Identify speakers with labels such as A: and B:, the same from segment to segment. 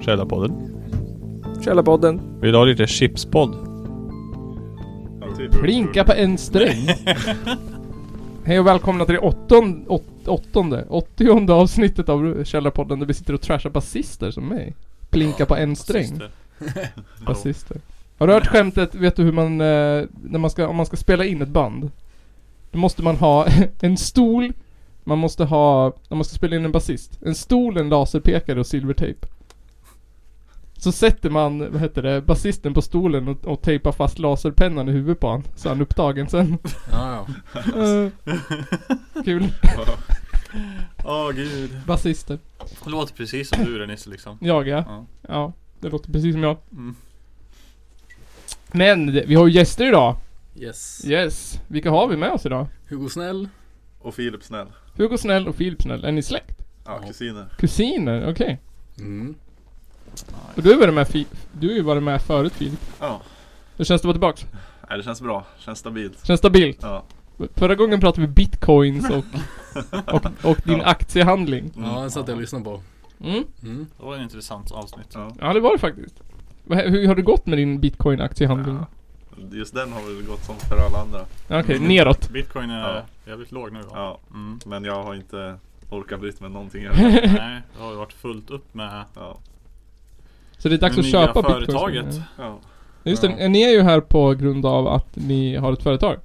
A: Källarpodden.
B: Källarpodden.
A: Vill du ha lite chipspodd?
C: Plinka på en sträng. Hej och välkomna till det åttonde, åt, åttonde, åttionde avsnittet av Källarpodden där vi sitter och trashar basister som mig. Plinka på en sträng. Basister. Har du hört skämtet, vet du hur man, eh, när man ska, om man ska spela in ett band? Då måste man ha en stol, man måste ha, när man ska spela in en basist, en stol, en laserpekare och silvertejp. Så sätter man, vad heter det, basisten på stolen och, och tejpar fast laserpennan i huvudet på han Så är han upptagen sen.
D: Ja, ja.
C: Eh, Kul.
E: Åh gud.
C: Basister.
E: Det låter precis som du där Nisse liksom.
C: Jag ja.
E: Ja.
C: Ja, det låter precis som jag.
E: Mm.
C: Men det- vi har ju gäster idag.
D: Yes.
C: Yes. Vilka har vi med oss idag?
D: Hugo Snäll.
E: Och Filip snäll.
C: Hugo Snäll och Filip Snäll. Är ni släkt?
E: Ja, kusiner.
C: Kusiner? Okej.
D: Mm.
C: Och du har ju varit med, Fi- du har ju varit med förut Filip.
E: Ja.
C: Hur känns det att vara tillbaks?
E: Nej, det känns bra. Känns stabilt.
C: Känns stabilt?
E: Ja.
C: Förra gången pratade vi bitcoins och, och, och din
E: Ja.
C: aktiehandling.
E: Mm.
D: Ja, den satt jag och lyssnade på.
C: Mm.
D: Mm.
F: Det var en intressant avsnitt.
E: Ja.
C: Ja, det var det faktiskt. Vad- Hur har det gått med din bitcoin-aktiehandling?
E: Ja. Just den har väl gått som för alla andra.
C: Okej,
D: Mm.
C: neråt.
F: Bitcoin är
E: Ja.
F: jävligt låg nu va?
E: Ja.
F: Mm.
E: Men jag har inte orkat bryta mig någonting. än.
F: Nej, det har ju varit fullt upp med
E: Ja.
C: Så det är dags
F: det
C: att
F: nya
C: köpa
F: företaget.
C: bitcoins.
E: Ja.
C: Just det,
D: Ja.
C: ni är ju här på grund av att ni har ett företag.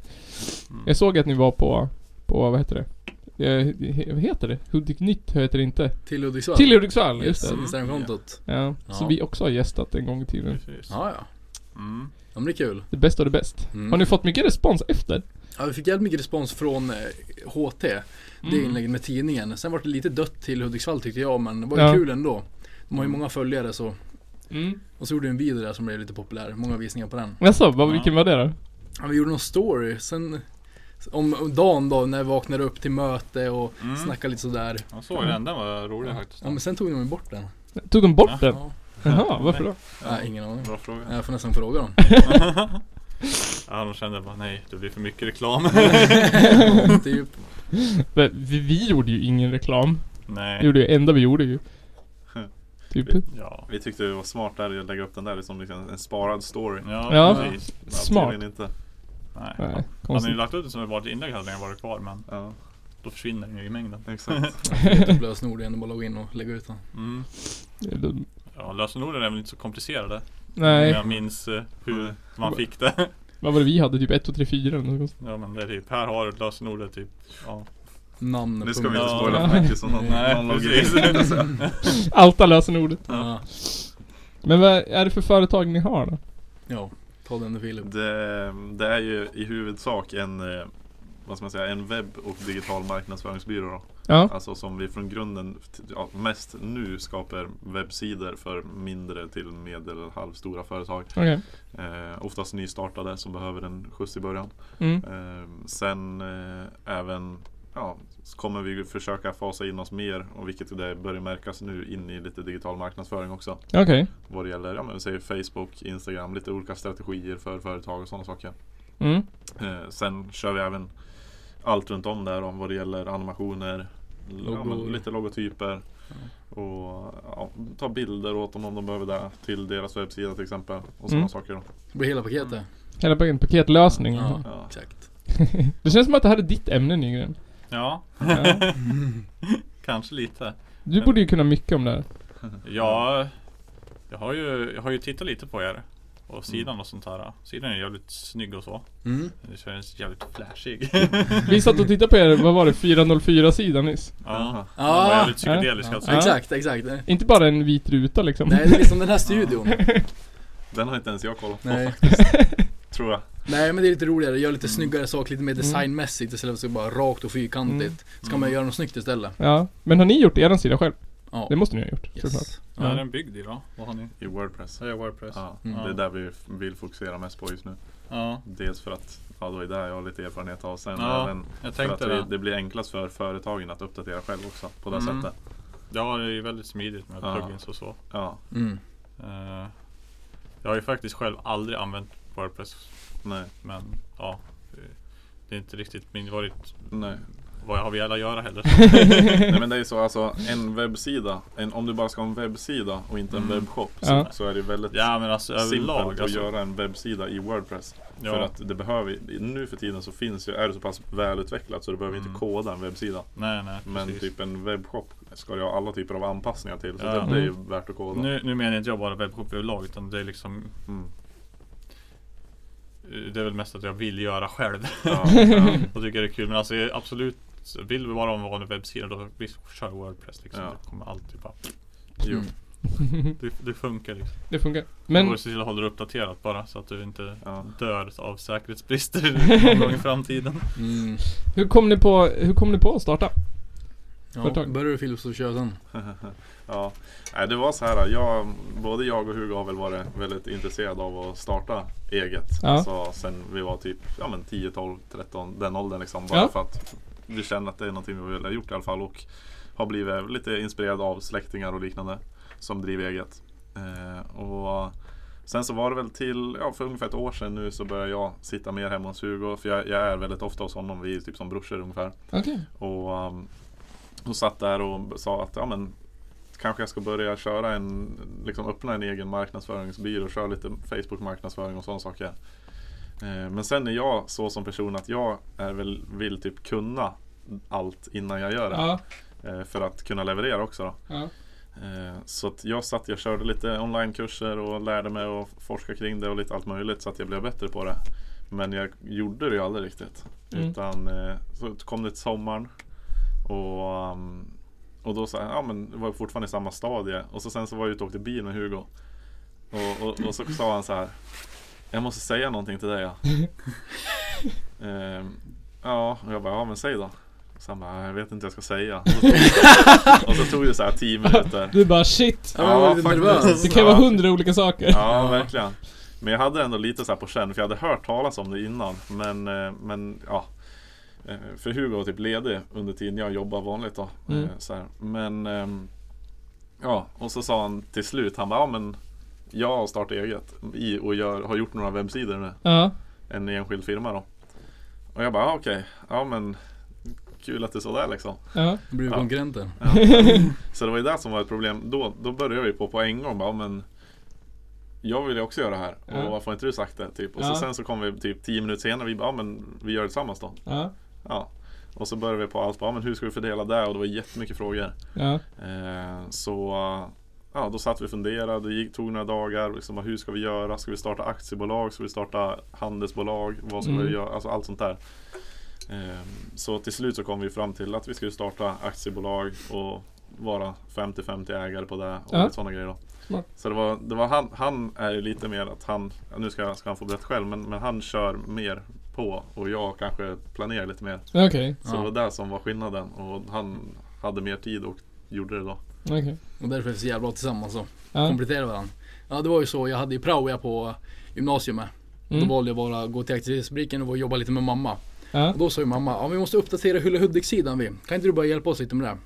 D: Mm.
C: Jag såg att ni var på, på vad heter det? Eh, he- Vad heter det? Hudik Nytt heter det inte.
D: Till Hudiksvall.
C: Till Hudiksvall,
D: Yes, Mm.
C: just det.
D: Instagramkontot.
C: Ja. Så
D: Ja.
C: vi också har gästat en gång i tiden.
F: Precis.
D: Ja, ja.
F: Mm.
D: Ja, men det är kul.
C: Det bästa av det bäst.
D: Mm.
C: Har ni fått mycket respons efter?
D: Ja, vi fick jävligt mycket respons från eh, HT.
C: Mm.
D: Det inlägget med tidningen. Sen var det lite dött till Hudiksvall tyckte jag, men det var ju
C: Ja.
D: kul ändå. De har ju många följare så.
C: Mm.
D: Och så gjorde vi en video där som blev lite populär. Många visningar på den.
C: Jaså, vad, vilken var det då?
D: Ja, vi gjorde någon story. Sen om om dagen då när vi vaknade upp till möte och
F: Mm.
D: snackade lite sådär.
F: Jag såg den, den var rolig faktiskt.
D: Ja men sen tog de ju bort den.
C: Tog de bort den?
D: Ja.
C: Jaha, varför då?
D: Nej, ingen aning.
E: Bra fråga.
D: Jag får nästan fråga dem.
F: Ja, de kände bara nej, det blir för mycket reklam.
D: typ.
C: Men Vi, vi gjorde ju ingen reklam. Det
F: nej.
C: gjorde ju enda vi gjorde ju. Typ.
F: Ja.
E: Vi tyckte det var smart där att lägga upp den där som liksom en sparad story.
F: Ja,
C: Ja.
F: precis.
E: Ja,
C: Smart.
E: tydligen Inte.
F: Nej.
C: Nej,
F: Hade ni
C: konstigt.
F: lagt ut det som ett vanligt inlägg hade den varit kvar men
E: Ja,
F: då försvinner den ju i mängden.
E: exakt.
D: Typ lösenord igen och bara logga in och lägga ut den.
F: Mm. Ja, lösenorden är väl inte så komplicerade. Men
C: Nej,
F: Jag minns eh, hur
E: Mm.
F: man fick det.
C: vad var det vi hade? Typ 1, 2, 3, 4 eller något.
F: Ja men det är typ, här har du lösenordet typ. Ja.
D: Namn.
E: Nu ska vi
D: punkt.
E: inte
F: Ja.
E: spoila för mycket så någon,
F: Nej,
E: någon loggar
F: precis.
E: in. Alltså.
C: Outa lösenordet.
D: Ja.
C: Men vad är det för företag ni har då?
D: ja. Ta den Filip.
E: Det, det är ju i huvudsak en, eh, vad ska man säga, en webb och digital marknadsföringsbyrå. Då.
C: Ja.
E: Alltså som vi från grunden t- ja, mest nu skapar webbsidor för mindre till medel eller halvstora företag.
C: Okej.
E: Eh, oftast nystartade som behöver en skjuts i början.
C: Mm.
E: Eh, sen eh, även Ja, så kommer vi försöka fasa in oss mer och vilket det börjar märkas nu in i lite digital marknadsföring också.
C: Okej.
E: Vad det gäller, ja men vi säger Facebook, Instagram, lite olika strategier för företag och sådana saker.
C: Mm.
E: Eh, sen kör vi även allt runt om där om vad det gäller animationer, ja,
D: Logo.
E: men lite logotyper och ja, ta bilder åt dem om de behöver det till deras webbsida till exempel. Och sådana
C: Mm.
E: saker. Då.
D: Det blir hela paketet.
C: Hela paket- paketlösning.
D: Ja.
E: Ja.
D: Exakt.
C: Det känns som att det här är ditt ämne Nygren.
F: Ja,
C: Ja.
F: kanske lite.
C: Du borde ju kunna mycket om det här.
F: Ja, jag har ju, jag har ju tittat lite på er och sidan och sånt här. Sidan är jävligt snygg och så.
D: Mm.
F: Det känns jävligt flashig.
C: Vi satt och tittade på er, vad var det, 404-sidan nyss?
F: ja,
D: Ja.
F: det var jävligt psykedelisk
D: Ja.
F: alltså.
D: Exakt, exakt. Nej
C: Inte bara en vit ruta liksom.
D: det är liksom den här studion.
E: Den har inte ens jag kollat på
D: Nej.
E: tror jag.
D: Nej men det är lite roligare, gör lite snyggare saker, lite mer designmässigt istället för att bara rakt och fyrkantigt. Ska man göra något snyggt istället.
C: Ja. Men har ni gjort er sida själv?
D: Ja.
C: Det måste ni ha gjort såklart.
D: Yes.
F: Vad är den byggd i då? Vad har ni?
E: I Wordpress.
F: Det är Wordpress.
E: Ja,
D: Mm.
E: Det är där vi f- vill fokusera mest på just nu.
F: Ja,
E: Dels för att ja, då är det här jag har lite erfarenhet av. Sen
F: Ja,
E: även
F: jag
E: för att
F: tänkte
E: vi,
F: det.
E: det blir enklast för företagen att uppdatera själv också på det
F: Mm.
E: sättet.
F: Ja, det är ju väldigt smidigt med
E: Ja.
F: plugins och så.
E: Ja,
D: Mm.
F: Eh, Jag har ju faktiskt själv aldrig använt Wordpress,
E: nej,
F: men ja. Det är inte riktigt min, varit
E: nej.
F: vad har vi alla göra heller.
E: Nej men det är ju så alltså, en webbsida, en, om du bara ska ha en webbsida och inte en
F: Mm.
E: webbshop så,
C: Ja.
E: så är det väldigt
F: Ja men alltså överlag
E: simpelt att
F: alltså.
E: göra en webbsida i Wordpress.
F: Ja.
E: För att det behöver, nu för tiden så finns ju, är det så pass välutvecklat så du behöver
F: Mm.
E: inte koda en webbsida.
F: Nej nej
E: Men
F: precis.
E: typ en webbshop ska du ha alla typer av anpassningar till. Så
F: Ja.
E: det, det är ju
C: Mm.
E: värt att koda.
F: Nu, nu menar inte jag bara webbshop överlag utan det är liksom
E: Mm.
F: eh, Det är väl mest att jag vill göra själv
E: Ja.
F: och tycker det är kul men alltså jag- absolut Vill vi bara ha en vanlig webbsida då visst, kör Wordpress liksom.
E: Ja.
F: Det kommer alltid bara
E: Jo.
F: Det, det funkar liksom.
C: Det funkar.
F: Men... Du
C: Men
F: får se till att hålla det uppdaterat bara så att du inte
E: Ja.
F: dör av säkerhetsbrister någon gång i framtiden.
D: Mm.
C: hur kom ni på, hur kom ni på att starta?
D: Ja,
C: Företag.
D: börjar du Philips och köra sen?
E: ja. Nej, det var så här. Jag, både jag och Hugo har väl varit väldigt intresserade av att starta eget.
C: Ja.
E: Så sen vi var typ ja, men 10, 12, 13, den åldern liksom. Bara
C: Ja.
E: för att vi känner att det är någonting vi vill ha gjort i alla fall. Och har blivit lite inspirerad av släktingar och liknande som driver eget. Eh, och Sen så var det väl till, ja, för ungefär ett år sedan nu så började jag sitta mer hemma hos Hugo. För jag, jag är väldigt ofta hos honom, vi är typ som brorsor ungefär.
C: Okej.
E: Och um, hon satt där och sa att ja, men, kanske jag ska börja köra en, liksom öppna en egen marknadsföringsbyrå och köra lite Facebook marknadsföring och sådana saker. Eh, Men sen är jag så som person att jag är väl, vill typ kunna allt innan jag gör det.
C: Ja.
E: Eh, För att kunna leverera också då.
C: ja.
E: Eh, Så att jag satt, jag körde lite onlinekurser och lärde mig och forska kring det och lite allt möjligt så att jag blev bättre på det. Men jag gjorde det ju aldrig riktigt.
C: Mm.
E: Utan eh, så kom det till sommaren och, um, och då så, ja men det var fortfarande i samma stadie. Och så sen så var jag ute och åkte bil med Hugo. Och, och, och så sa han så här. Jag måste säga någonting till dig. Ja, Ehm, ja och jag bara, ja men säg då. Så han bara, jag vet inte vad jag ska säga. Och så tog- Och så tog det så här tio minuter.
C: Du bara shit.
D: Ja, jag var lite
E: faktiskt.
D: nervös.
C: Det kan ju vara hundra olika saker.
E: Ja, verkligen. Men jag hade ändå lite så här på känn, för jag hade hört talas om det innan. Men, eh, men ja. Eh, För Hugo var typ ledig under tiden jag jobbade vanligt då.
C: Mm.
E: Eh, Så här. Men ehm, ja, och så sa han till slut, han bara, ja men jag har startat eget i och gör, har gjort några webbsidor nu.
C: Ja.
E: En enskild firma då. Och jag bara, ah, okej, ja men kul att det är sådär liksom.
C: Ja.
D: Då blir vi
E: Ja.
D: konkurrenter.
E: Så det var ju det som var ett problem. Då, då började vi på på en gång bara, men jag vill ju också göra det här.
C: Ja.
E: Och varför har inte du sagt det? Typ. Och
C: Ja.
E: så sen så kom vi typ tio minuter senare vi bara, ja, men vi gör det tillsammans då.
C: Ja.
E: Ja. Och så började vi på allt, bara, ja, men hur ska vi fördela det? Och det var jättemycket frågor.
C: Ja.
E: Eh, så ja, då satt vi och funderade, det gick, tog några dagar. Liksom, hur ska vi göra? Ska vi starta aktiebolag? Ska vi starta handelsbolag? Vad ska
C: Mm.
E: vi göra? Alltså allt sånt där. Eh, så till slut så kom vi fram till att vi skulle starta aktiebolag och vara 50-50 ägare på det och
C: Ja.
E: lite sådana grejer. Då.
C: Smart.
E: Så det var, det var han, han är ju lite mer att han, nu ska, ska han få berätta själv, men, men han kör mer på och jag kanske planerar lite mer.
C: Okej.
E: Så
D: Ja.
E: det var det som var skillnaden och han hade mer tid och gjorde det då.
C: Okej.
D: Och därför är vi så jävla bra tillsammans då.
C: Ja.
D: Kompletterar varandra. Ja det var ju så, jag hade ju prao jag på gymnasiet med.
C: Mm.
D: Då valde jag bara att gå till aktivitetsfabriken och jobba lite med mamma.
C: Ja.
D: Och då sa ju mamma, ja vi måste uppdatera Hulle Hudik-sidan vi. Kan inte du bara hjälpa oss lite med det?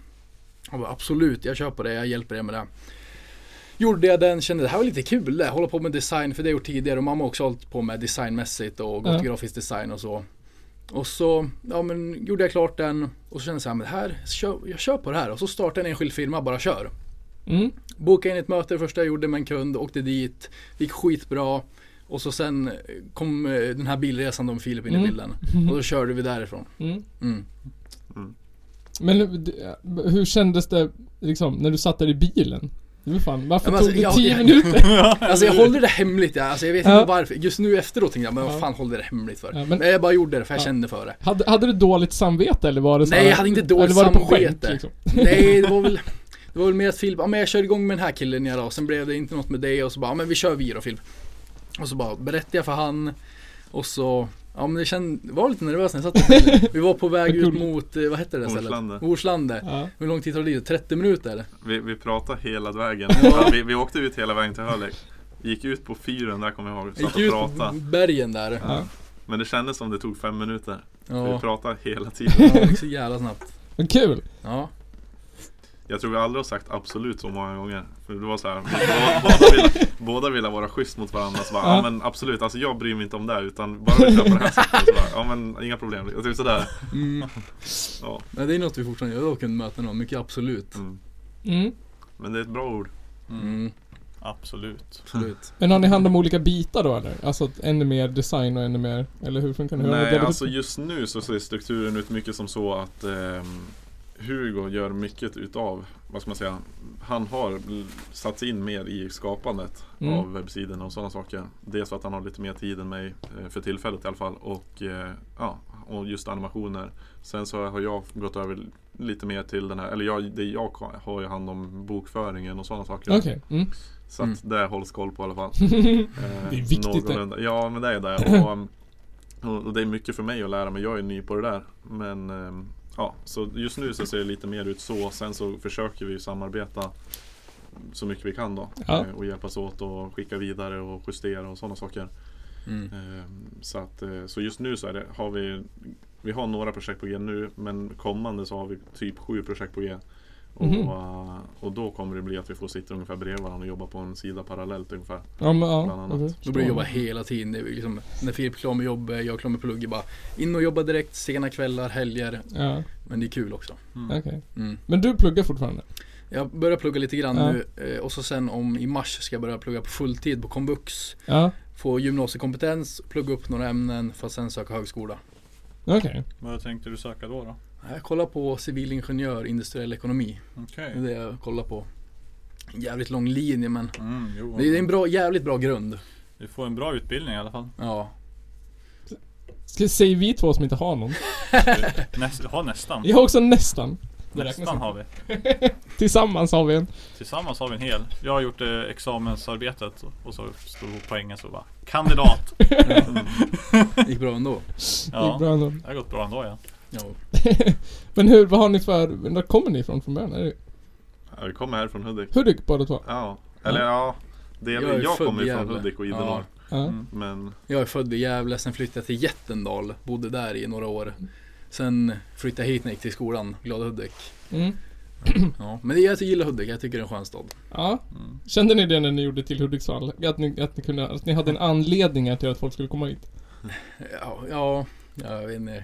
D: Jag bara, absolut, jag köper det, jag hjälper dig med det. Gjorde jag den, kände det här var lite kul det. Hålla på med design, för det har jag gjort tidigare och mamma har också hållit på med designmässigt och gått
C: Ja.
D: till grafisk design och så. Och så, ja men gjorde jag klart den och så kände jag så här, men det här, kö- jag kör på det här. Och så startade jag en enskild firma, bara kör.
C: Mm.
D: Bokade in ett möte det första jag gjorde med en kund, åkte dit, det gick skitbra. Och så sen kom eh, den här bilresan då med Filip in i
C: Mm.
D: bilden. Och då körde vi därifrån.
C: Mm.
D: Mm.
C: Men d- hur kändes det liksom när du satt där i bilen? Det var fan, varför
D: Ja, men alltså,
C: tog det
D: jag-
C: 10
D: jag-
C: minuter?
D: Alltså jag håller det hemligt, ja. alltså, jag vet
C: Ja.
D: inte varför. Just nu efteråt tänkte jag, men
C: Ja.
D: vad fan håller det hemligt för?
C: Ja, men-
D: men... Jag bara gjorde det för jag
C: Ja.
D: kände för det.
C: Hade, hade du dåligt samvete eller var det så
D: Nej,
C: här-
D: jag hade inte dåligt
C: eller var det på skämt,
D: samvete.
C: liksom?
D: Nej, det var väl, det var väl mer att Filip, ja men jag kör igång med den här killen jag och sen blev det inte något med dig och så bara, ja men vi kör vi då Filip. Och så bara berättade jag för han och så, ja men det känd, jag var lite nervös när jag satt i bilen. Vi var på väg ut mot, eh, vad hette det där stället?
E: Orslande.
D: Orslande.
C: Ja.
D: Hur lång tid tar det dit? 30 minuter?
E: Vi, vi pratade hela vägen. vi, vi åkte ut hela vägen till Hölick. Gick ut på fyren, där kommer jag ihåg.
D: Jag gick
E: Satt
D: ut
E: och
D: på
E: pratade.
D: bergen där.
C: Ja.
E: Men det kändes som det tog fem minuter.
D: Ja,
E: Vi
D: ja
E: pratade hela tiden.
D: det gick så jävla snabbt.
C: Men kul!
D: Ja.
E: Jag tror vi aldrig har sagt absolut så många gånger. För det var så här, bå- båda, vill, båda ville vara schysst mot varandra. Så bara, ja.
C: Ja.
E: men absolut, alltså jag bryr mig inte om det. här, Utan bara vi kör på det här sättet. Så bara, ja men inga problem. Och typ sådär.
D: Mm.
E: Ja.
D: Nej, det är något vi fortfarande gör och kan möta någon, mycket absolut.
E: Mm.
C: Mm.
E: Men det är ett bra ord.
D: Mm,
F: Absolut.
D: absolut.
C: Men har ni hand om olika bitar då eller? Alltså att ännu mer design och ännu mer, eller hur funkar det? Hur har ni
E: Nej,
C: delat upp
E: alltså
C: det?
E: just nu så ser strukturen ut mycket som så att ehm, Hugo gör mycket utav, vad ska man säga, han har l- satt sig in mer i skapandet
C: Mm.
E: av webbsidorna och sådana saker. Dels för att han har lite mer tid än mig, eh, för tillfället i alla fall, och, eh, ja, och just animationer. Sen så har jag gått över lite mer till den här, eller jag, det jag har ju hand om bokföringen och sådana saker.
C: Okej, mm.
E: Så att det hålls koll på i alla fall. Eh,
C: Det är viktigt det.
E: någorlunda. Ja men det är det. Och, um, och, och det är mycket för mig att lära mig. Jag är ny på det där. Men ehm, ja, så just nu så ser det lite mer ut så. Sen så försöker vi ju samarbeta så mycket vi kan då.
C: Ja.
E: Eh, Och hjälpas åt och skicka vidare och justera och sådana saker.
D: Mm.
E: Ehm, Så, att, eh, så just nu så är det, har vi, vi har några projekt på G nu men kommande så har vi typ sju projekt på G. Och,
C: Mhm.
E: eh, och då kommer det bli att vi får sitta ungefär bredvid varandra och jobba på en sida parallellt ungefär.
C: Ja, men, ja.
E: Bland annat.
C: jag förstår.
D: Då blir det jobba hela tiden. Det är liksom, när Filip är klar med jobb, jag är klar med plugg, jag bara in och jobba direkt, sena kvällar, helger.
C: Ja,
D: Men det är kul också.
C: okej.
F: Mm.
D: Mm.
C: Men du pluggar fortfarande?
D: Jag börjar plugga lite grann
C: Ja.
D: nu eh, och så sen om i mars ska jag börja plugga på fulltid på komvux.
C: Ja,
D: Få gymnasiekompetens, plugga upp några ämnen för att sen söka högskola.
C: okej.
F: Vad tänkte du söka då? då?
D: Jag kollar på civilingenjör, industriell ekonomi.
F: Okej.
D: Det är det jag kollar på. Jävligt lång linje men
F: Mm, jo.
D: det är en bra, jävligt bra grund.
F: Du får en bra utbildning i alla fall.
D: Ja.
C: Ska, säger vi två som inte har någon?
F: Näst, ha nästan.
C: Jag har också nästan. Det räknas
F: Nästan
C: inte.
F: har vi.
C: Tillsammans har vi en.
F: Tillsammans har vi en hel. Jag har gjort eh, examensarbetet och- och så stod ihop poängen så bara Kandidat!
D: Gick bra ändå.
C: Det gick
F: Ja,
C: bra ändå.
F: det har gått bra ändå ja.
D: Ja.
C: Men hur, vad har ni för, var kommer ni ifrån från början? Är det
E: Ja, vi kommer här från Hudik.
C: Hudik båda två?
E: Ja, eller ja. Det
D: Jag är
E: jag jag
D: född
E: kommer ju
D: i
E: från
D: Gävle.
E: Hudik och Idenor.
D: Ja.
C: Ja.
F: Mm.
E: Men
D: Jag är född i Gävle, sen flyttade jag till Jättendal. Bodde där i några år. Sen flyttade jag hit när jag gick till skolan, Glada Hudik.
C: Mm.
D: Ja. Men jag alltså gillar Hudik, jag tycker det är en skön stad.
C: ja.
F: Mm.
C: Kände ni det när ni gjorde till Hudiksvall? Att ni, att ni, kunde, att ni hade en anledning till att folk skulle komma hit?
D: Ja, ja, jag vet inte.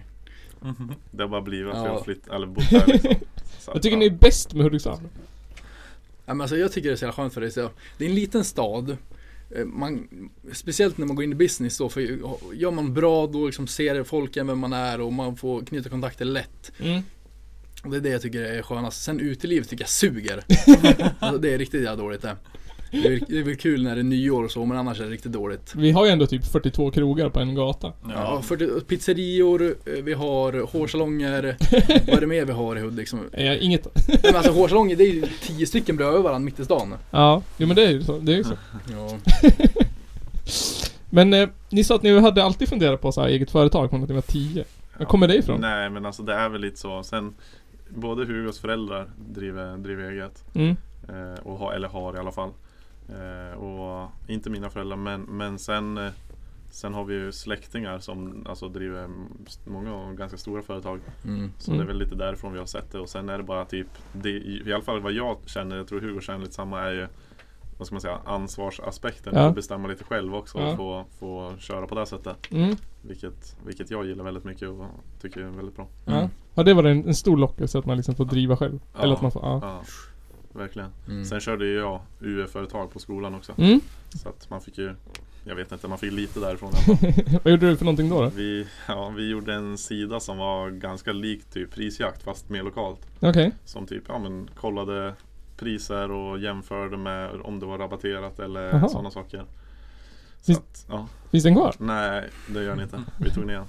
F: Mhm.
E: det har bara blivit att
D: Ja.
E: jag har flytt, eller bott där liksom. Så
C: Vad
E: att,
C: tycker
E: ja.
C: ni är bäst med Hudiksvall?
D: Ja, men alltså jag tycker det är så jävla skönt för det. är så- Det är en liten stad. Eh, Man, speciellt när man går in i business då, för gör man bra då liksom ser folken vem man är och man får knyta kontakter lätt.
C: Mm.
D: Och det är det jag tycker är skönast. Sen utelivet tycker jag suger. alltså, det är riktigt jävla dåligt det. Det är, det är väl kul när det är nyår och så, men annars är det riktigt dåligt.
C: Vi har ju ändå typ 42 krogar på en gata.
D: Ja,
F: Ja.
D: 40, pizzerior, eh, vi har hårsalonger, vad är det mer vi har i Hudik? Som,
C: Eh, inget...
D: men alltså hårsalonger, det är ju tio stycken bredvid varandra mitt i stan.
C: Ja. Jo men det är ju så. Det är ju så.
D: Ja,
C: Men eh, ni sa att ni hade alltid funderat på så här eget företag från att ni var 10. Var kommer det ifrån?
E: Nej men alltså det är väl lite så. Sen både Hugos föräldrar driver, driver eget.
C: Mm.
E: Eh, och har, eller har i alla fall. Eh, och inte mina föräldrar men, men sen, eh, sen har vi ju släktingar som alltså, driver mm, många och ganska stora företag.
D: mm,
E: Så
C: Mm.
E: det är väl lite därifrån vi har sett det och sen är det bara typ det, i, I alla fall vad jag känner, jag tror Hugo känner lite samma är ju Vad ska man säga, ansvarsaspekten,
C: Ja.
E: att bestämma lite själv också
C: Ja.
E: och få, få köra på det här sättet
C: Mm.
E: vilket, vilket jag gillar väldigt mycket och tycker är väldigt bra
D: Mm.
C: Ja. Har det varit en, en stor lockelse att man liksom får driva själv?
E: Ja.
C: Eller att man får... Ja.
E: Ja, verkligen
D: mm.
E: Sen körde ju jag UE-företag på skolan också
C: Mm.
E: Så att man fick ju Jag vet inte, man fick lite därifrån i alla fall.
C: Vad gjorde du för någonting då? då?
E: vi, ja, vi gjorde en sida som var ganska lik typ prisjakt fast mer lokalt
C: Okej.
E: Som typ ja, men, kollade priser och jämförde med om det var rabatterat eller
C: Jaha.
E: sådana saker. Så
C: Finns-
E: att, ja,
C: Finns den kvar?
E: nej, det gör ni inte. Vi tog ner den.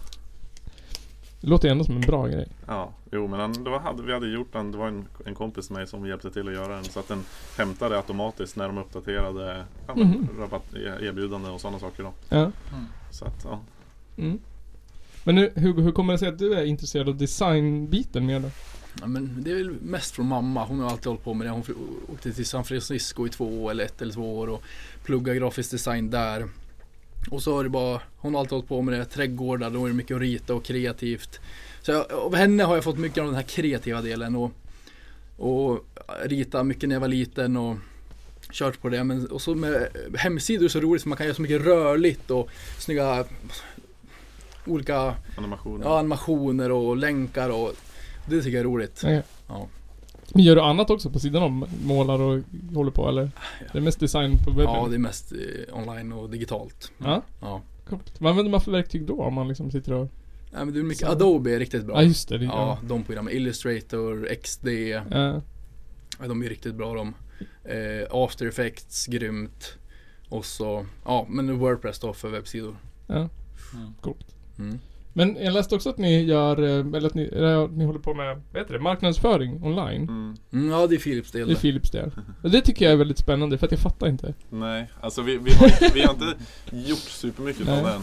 C: Det låter ju ändå som en bra grej.
E: Ja, jo men han, det var, hade, vi hade gjort den, det var en, en kompis till mig som hjälpte till att göra den. Så att den hämtade automatiskt när de uppdaterade ja, men,
C: Mhm.
E: rabatt, e- erbjudanden och sådana saker. Då.
C: Ja.
E: Så att, ja.
C: Mm. Men nu, Hugo, hur kommer det sig att du är intresserad av designbiten mer då?
D: Ja, men det är väl mest från mamma. Hon har alltid hållit på med det. Hon fly- åkte till San Francisco i två år, eller ett eller två år och pluggade grafisk design där. Och så har det bara, hon har alltid hållit på med det. Trädgårdar, då är det mycket att rita och kreativt. Så jag, av henne har jag fått mycket av den här kreativa delen och, och ritat mycket när jag var liten och kört på det. Men och så med hemsidor är så roligt för man kan göra så mycket rörligt och snygga olika
E: Animationer.
D: ja, animationer och länkar och det tycker jag är roligt.
C: Ja.
D: Ja.
C: Men gör du annat också på sidan om? Målar och håller på eller? Det är mest design på webben?
D: Ja, det är mest eh, online och digitalt.
C: Ja,
D: Ja.
C: coolt. Vad använder man för verktyg då om man liksom sitter och...
D: Nej, men det är mycket,
C: Så-
D: Adobe är riktigt
C: Ja,
D: bra.
C: just det. det
D: Ja, de programmen. Illustrator, XD,
C: ja.
D: ja, de är riktigt bra de. Eh, After Effects, grymt. Och så, ja men Wordpress då för webbsidor.
C: ja.
F: Mm.
C: Coolt.
D: Mm.
C: Men jag läste också att ni gör, eh, eller att ni, eller ja, ni håller på med, vad heter det, marknadsföring online.
E: Mm.
D: Mm, ja, det är Philips del.
C: Det är
D: där.
C: Philips det. Och det tycker jag är väldigt spännande för att jag fattar inte.
E: Nej, alltså vi, vi, har, inte- vi har inte gjort supermycket av
C: Nej.
E: den.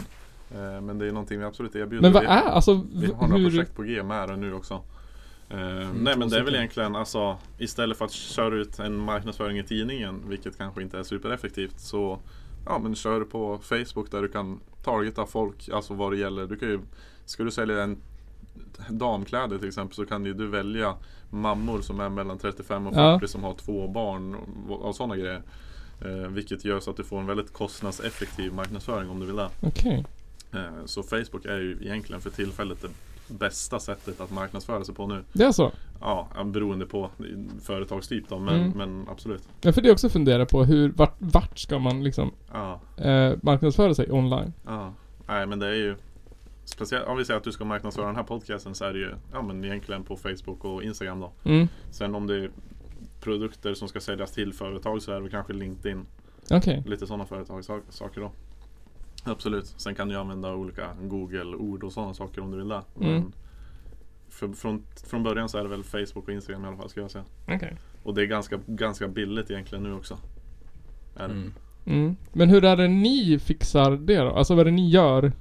E: Eh, Men det är någonting vi absolut erbjuder.
C: Men vad
E: Vi-
C: är, alltså
E: Vi har
C: hur...
E: några
C: Mm,
E: projekt på G med det nu också. Eh, nej men det är väl egentligen alltså istället för att köra ut en marknadsföring i tidningen, vilket kanske inte är supereffektivt, så ja, men kör på Facebook där du kan targeta folk, alltså vad det gäller. Du kan ju, ska du sälja en damkläder till exempel så kan ju du välja mammor som är mellan 35 och 40
C: Ja.
E: som har två barn och, och sådana grejer. Eh, vilket gör så att du får en väldigt kostnadseffektiv marknadsföring om du vill det.
C: Okej.
E: Eh, Så Facebook är ju egentligen för tillfället det bästa sättet att marknadsföra sig på nu.
C: Det är så?
E: Ja, beroende på företagstyp då, men,
C: Mm.
E: men absolut.
C: Ja, för det är också att fundera på hur, vart, vart ska man liksom
E: Ja,
C: eh, marknadsföra sig online?
E: ja. Nej men det är ju Speciellt om vi säger att du ska marknadsföra den här podcasten så är det ju ja, men egentligen på Facebook och Instagram då.
C: Mm.
E: Sen om det är produkter som ska säljas till företag så är det väl kanske LinkedIn.
C: Okej.
E: Lite sådana företagssaker då. Absolut. Sen kan du använda olika Google-ord och sådana saker om du vill det. Men
C: Mm.
E: för, från, från början så är det väl Facebook och Instagram i alla fall ska jag säga.
C: Okej.
E: Och det är ganska, ganska billigt egentligen nu också. Är det.
D: Mm.
C: Mm. Men hur är det ni fixar det då? Alltså vad är det ni gör?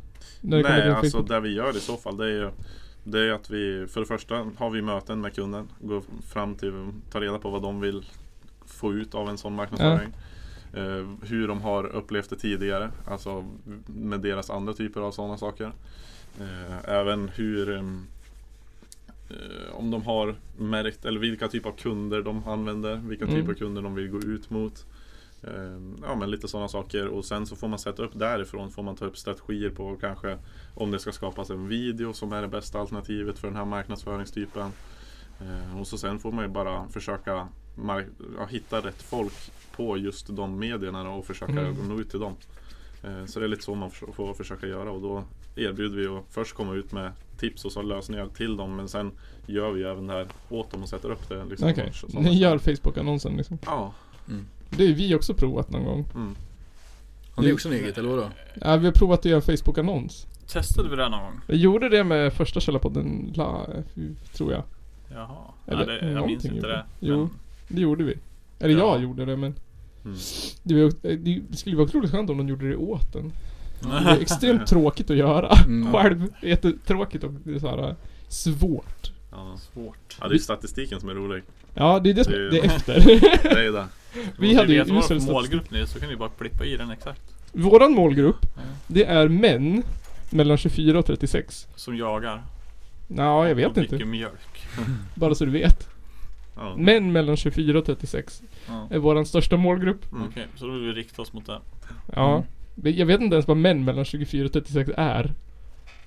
C: När det kommer
E: Nej,
C: till
E: alltså
C: Facebook?
E: det vi gör i så fall det är ju det är ju att vi, för det första har vi möten med kunden, går fram till, tar reda på vad de vill få ut av en sån marknadsföring. Eh, hur de har upplevt det tidigare, alltså med deras andra typer av sådana saker. Eh, även hur ehm, eh, om de har märkt, eller vilka typer av kunder de använder, vilka
C: Mm.
E: typer av kunder de vill gå ut mot. Ehm, Ja men lite sådana saker och sen så får man sätta upp därifrån får man ta upp strategier på kanske om det ska skapas en video som är det bästa alternativet för den här marknadsföringstypen. Ehm, Och så sen får man ju bara försöka mark- ja, hitta rätt folk på just de medierna då och försöka
C: Mm.
E: nå ut till dem. Ehm, Så det är lite så man förs- får försöka göra och då erbjuder vi att först komma ut med tips och så lösningar till dem men sen gör vi ju även det här åt dem och sätter upp det. Liksom,
C: Okej.
E: och sådana
C: Ni gör
E: saker.
C: Facebook-annonsen liksom.
E: Ja.
C: Det har ju vi också provat någon gång.
E: Mm.
D: Har ni också en eget eller vadå?
C: Ja, vi har provat att göra Facebook-annons.
F: Testade vi det någon gång?
C: Jag gjorde det med första källarpodden, la, tror jag.
F: Jaha.
C: Eller
F: Eller, Nej, det, jag
C: någonting
F: minns inte
C: gjorde.
F: det.
C: Jo.
F: Men,
C: Det gjorde vi. Eller
F: Ja.
C: jag gjorde det men
E: Mm.
C: det, var, det skulle vara otroligt skönt om de gjorde det åt en. Det är extremt tråkigt att göra.
D: Mm.
C: Själv, jättetråkigt och det är så här svårt.
E: Ja.
F: Svårt.
E: ja, det är ju statistiken som är rolig.
C: Ja, det är det som
E: Det är-
C: det är efter.
E: Det är ju det.
C: Vi hade ju
F: vet vad
C: usel
F: för
C: statistik.
F: målgrupp nu så kan vi bara klippa i den exakt.
C: Våran målgrupp,
F: Ja.
C: det är män mellan 24 och 36.
F: Som jagar.
C: Ja, jag
F: och
C: vet
F: dricker
C: inte.
F: mjölk.
C: Bara så du vet.
E: Ja. Mm.
C: Män mellan 24 och 36
F: Ja.
C: är våran största målgrupp.
E: Mm.
F: Mm. Okej, så då vill vi rikta oss mot det.
C: Ja. Men Jag vet inte ens vad män mellan 24 och 36 är.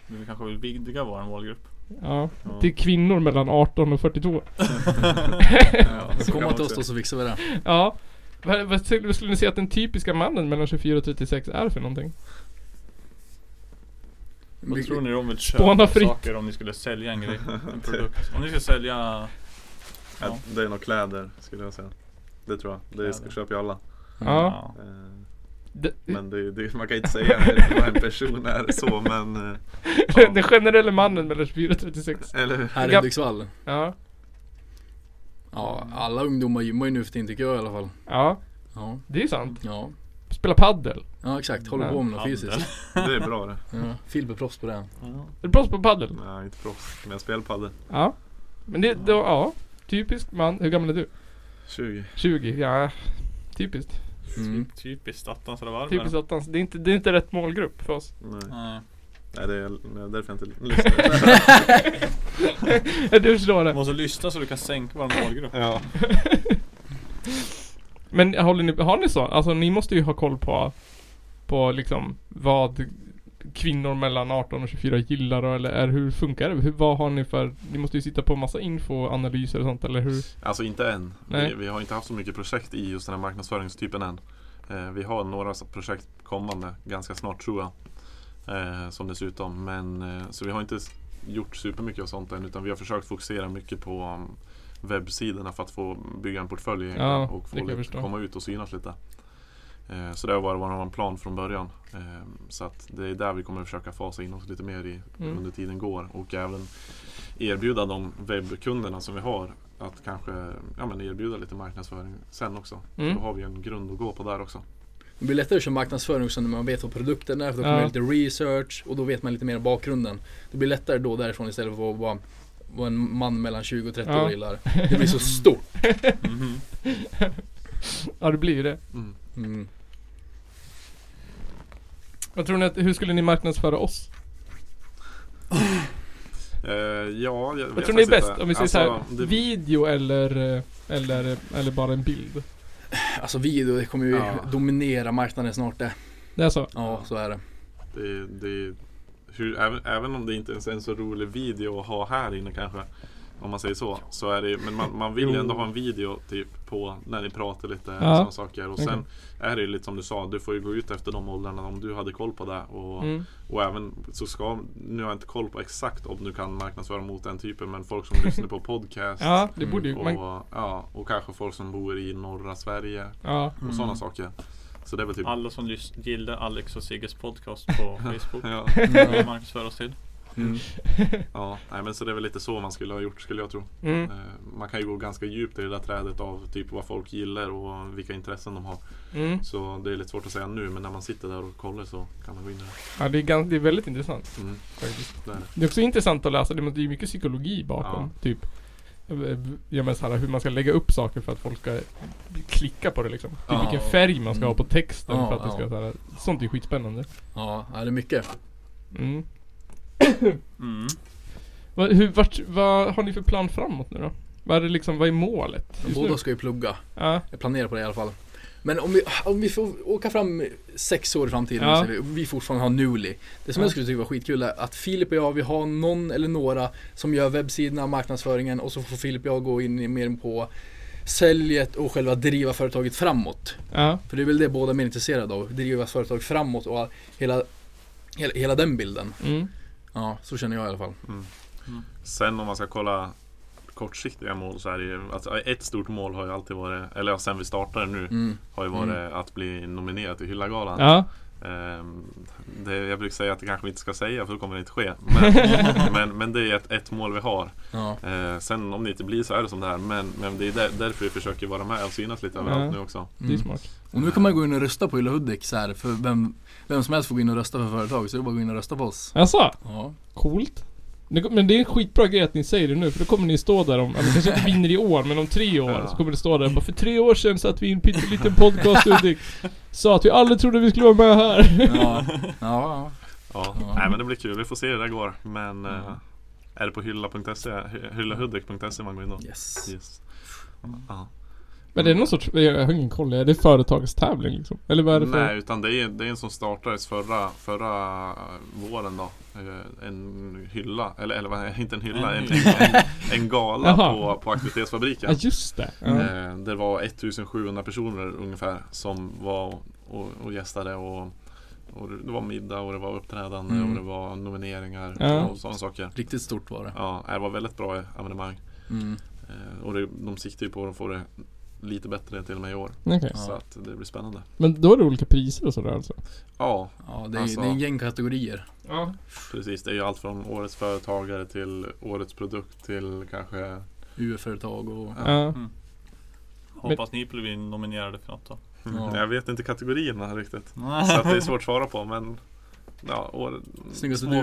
F: Men vi kanske vill vidga vår målgrupp.
C: Ja.
E: Ja.
C: Det är kvinnor mellan 18 och 42.
E: Ja, så kan
D: Kom
E: man
D: till oss
E: se.
D: då så fixar vi det.
C: Ja. Vad, vad skulle vad skulle ni säga att den typiska mannen mellan 24 och 36 är för någonting?
F: Vad tror ni de vill
C: Spåna
F: köpa för
C: fritt.
F: saker om ni skulle sälja en grej, en produkt? Om ni ska sälja... Ja.
E: Ja, det är nog kläder skulle jag säga. Det tror jag. Det
F: Kläder.
E: ska, köper ju alla.
C: Ja.
E: Eh,
C: Det,
E: Men det, det, man kan inte säga vad en person är så men... eh, ja.
C: den generella mannen mellan 24 och 36.
E: Eller hur?
D: Här i
C: Gam-
D: Hudiksvall.
C: Ja.
D: Ja, alla ungdomar gymmar ju nu för tiden tycker jag i alla fall.
C: Ja.
D: Ja,
C: Det är sant.
D: ja.
C: Spela paddel.
D: ja exakt. Håller
C: Ja.
D: på med något
F: Handel.
D: fysiskt.
E: Det är bra det.
D: Ja. Filip är proffs på det.
F: Ja.
C: Är du proffs på paddel?
E: Nej, inte proffs. Men jag spelar padel.
C: Ja. Men det, då, ja. Typisk man. Hur gammal är du?
E: 20.
C: 20. Ja. Typiskt.
D: Mm.
F: Typ- Typiskt attans rabarber.
C: Typiskt attans. Det är inte, det är inte rätt målgrupp för oss.
E: Nej.
F: Nej.
E: Nej, det är därför jag inte lyssnar.
C: du förstår
F: Du
C: det.
F: måste lyssna så du kan sänka vår målgrupp.
E: ja.
C: Men håller ni, har ni så? Alltså ni måste ju ha koll på, på liksom vad kvinnor mellan 18 och 24 gillar och eller är, hur funkar det? Hur, vad har ni för, ni måste ju sitta på massa info och analyser och sånt eller hur?
E: Alltså inte än.
C: Nej.
E: Vi, vi har inte haft så mycket projekt i just den här marknadsföringstypen än. Eh, vi har några så- projekt kommande ganska snart tror jag. Eh, som dessutom. Men, eh, så vi har inte s- gjort supermycket av sånt än utan vi har försökt fokusera mycket på um, webbsidorna för att få bygga en portfölj egentligen
C: Ja,
E: och
C: det kan
E: få
C: jag
E: lite,
C: förstå.
E: komma ut och synas lite. Eh, så det har varit vår plan från början. Eh, så att det är där vi kommer försöka fasa in oss lite mer i
C: Mm.
E: under tiden går och även erbjuda de webbkunderna som vi har att kanske ja, men erbjuda lite marknadsföring sen också.
C: Mm.
E: Då har vi en grund att gå på där också.
D: Det blir lättare att köra marknadsföring också när man vet vad produkten är, för då
C: Ja.
D: kommer det lite research och då vet man lite mer om bakgrunden. Det blir lättare då därifrån istället för att vara vad en man mellan 20 och 30
C: Ja.
D: år gillar. Det blir så stort.
F: Mhm.
C: Ja det blir ju det.
E: Mm.
D: Mm.
C: Vad tror ni att, hur skulle ni marknadsföra oss?
E: Eh, ja, jag,
C: Vad
E: vet
C: tror ni är
E: faktiskt
C: bäst?
E: inte.
C: Om vi säger
E: Alltså,
C: så här,
E: det-
C: video eller, eh, eller, eller bara en bild?
D: Alltså video, det kommer ju
E: Ja.
D: dominera marknaden snart det.
C: Det är så?
D: Ja, så är det.
E: det, det, hur, även, även om det inte ens är en så rolig video att ha här inne kanske. Om man säger så. så är det, ju- men man, man vill ju
C: Jo.
E: ändå ha en video typ på när ni pratar lite och
C: Ja.
E: sådana saker. Och sen
C: Okej.
E: är det ju lite som du sa, du får ju gå ut efter de åldrarna om du hade koll på det. Och,
C: Mm.
E: Och även så ska, nu har jag inte koll på exakt om du kan marknadsföra mot den typen men folk som lyssnar på podcast
C: Ja det borde ju,
E: Mm, och,
C: man,
E: ja, och kanske folk som bor i norra Sverige
C: ja.
F: Mm.
E: och sådana saker. Så det är väl typ
F: Alla som lys- gillar Alex och Sigges podcast på Facebook.
E: Ja,
F: Kan marknadsföra oss till.
D: Mm.
E: ja. Nej, men så det är väl lite så man skulle ha gjort skulle jag tro.
C: Mm.
E: Eh, Man kan ju gå ganska djupt i det där trädet av typ vad folk gillar och vilka intressen de har.
C: Mm.
E: Så det är lite svårt att säga nu men när man sitter där och kollar så kan man gå in i det.
C: Ja det är, ganska, det är väldigt intressant
E: Mm,
C: faktiskt.
E: det är det.
C: Det är också intressant att läsa, det är mycket psykologi bakom. Typ, ja men så här, hur man ska lägga upp saker för att folk ska klicka på det liksom. Typ
D: Ja. Mm.
C: vilken färg man ska ha på texten
D: Ja,
C: för att det ska
D: ja.
C: så här, Sånt är skitspännande.
D: Ja, ja, det är mycket.
C: Mm.
F: Mm.
C: Vad, hur, vart, vad har ni för plan framåt nu då? Vad är det liksom, vad är målet?
D: De
C: just
D: båda
C: nu?
D: ska ju plugga.
C: Ja,
D: Jag planerar på det i alla fall. Men om vi, om vi får åka fram sex år i framtiden
C: Ja.
D: så vi, vi fortfarande har Nuli. Det som jag skulle tycka var skitkul är att Filip och jag, vi har någon eller några som gör webbsidorna, marknadsföringen och så får Filip och jag gå in i- mer på säljet och själva driva företaget framåt.
C: ja,
D: För det är väl det båda är mer intresserade av, driva företag framåt och hela, hela, hela den bilden.
C: mm.
D: Ja, så känner jag i alla fall.
E: Mm.
F: Mm.
E: Sen om man ska kolla kortsiktiga mål så är det ju, alltså ett stort mål har ju alltid varit, eller ja, sen vi startade nu,
D: Mm.
E: har ju varit att bli nominerad till Hyllagalan.
C: ja,
E: Ehm, det, jag brukar säga att det kanske vi inte ska säga för då kommer det inte ske. Men, men, men det är ett, ett mål vi har.
D: Ja.
E: Eh, sen om det inte blir så är det som det här. Men, men det är där, därför vi försöker vara med och synas lite överallt
C: Ja.
E: nu också.
C: det
D: Mm.
C: är smart.
D: Och nu kan man gå in och rösta på Ulla Hudik så här, för vem, vem som helst får gå in och rösta för företag så det är bara att gå in och rösta på oss.
C: Alltså,
D: Ja.
C: coolt. Det kom- Men det är en skitbra grej att ni säger det nu, för då kommer ni stå där om, ja, men kanske inte vinner i år, men om tre år
E: Ja.
C: så kommer det stå där bara, för tre år sedan satt vi i en pytteliten podcast Hudik. Sa att vi aldrig trodde vi skulle vara med här.
D: Ja, ja,
E: Ja.
D: Ja.
E: Nej, men det blir kul. Vi får se hur det går. Men eh,
D: Ja.
E: är det på hylla.se, hy- hyllahudik.se man går in då?
D: ja. Yes.
E: Yes. Ja.
C: Men det är någon sorts, jag har ingen koll, är det företagstävling liksom? Eller vad är det för?
E: Nej, utan det är, det är en som startades förra, förra våren då. Eh, En hylla, eller, eller vad- inte en hylla, en,
F: En
E: en, en, en gala
C: Jaha. Alltså,
E: på, på aktivitetsfabriken.
C: Ja just det. Ja.
E: Eh, Det var 1700 personer ungefär som var och, och gästade och, och det var middag och det var uppträdande
D: Mm.
E: och det var nomineringar
C: Ja.
E: och sådana saker.
D: Riktigt stort var det.
E: Ja, det var väldigt bra evenemang.
D: Mm.
E: Eh, Och det, de siktar ju på att få det lite bättre till och med i år.
C: Okej.
D: Ja.
E: Så att det blir spännande.
C: Men då är det olika priser och sådär alltså?
E: Ja,
D: Ja, det är,
E: Alltså-
D: det är en gäng kategorier.
C: Ja.
E: precis. Det är ju allt från årets företagare till årets produkt till kanske
D: UF-företag och...
C: Ja.
F: Hoppas ni blir nominerade för något då.
D: Ja.
E: hm, Jag vet inte kategorierna riktigt. Så att det är svårt att svara på men Ja, år,
D: Snyggaste duon.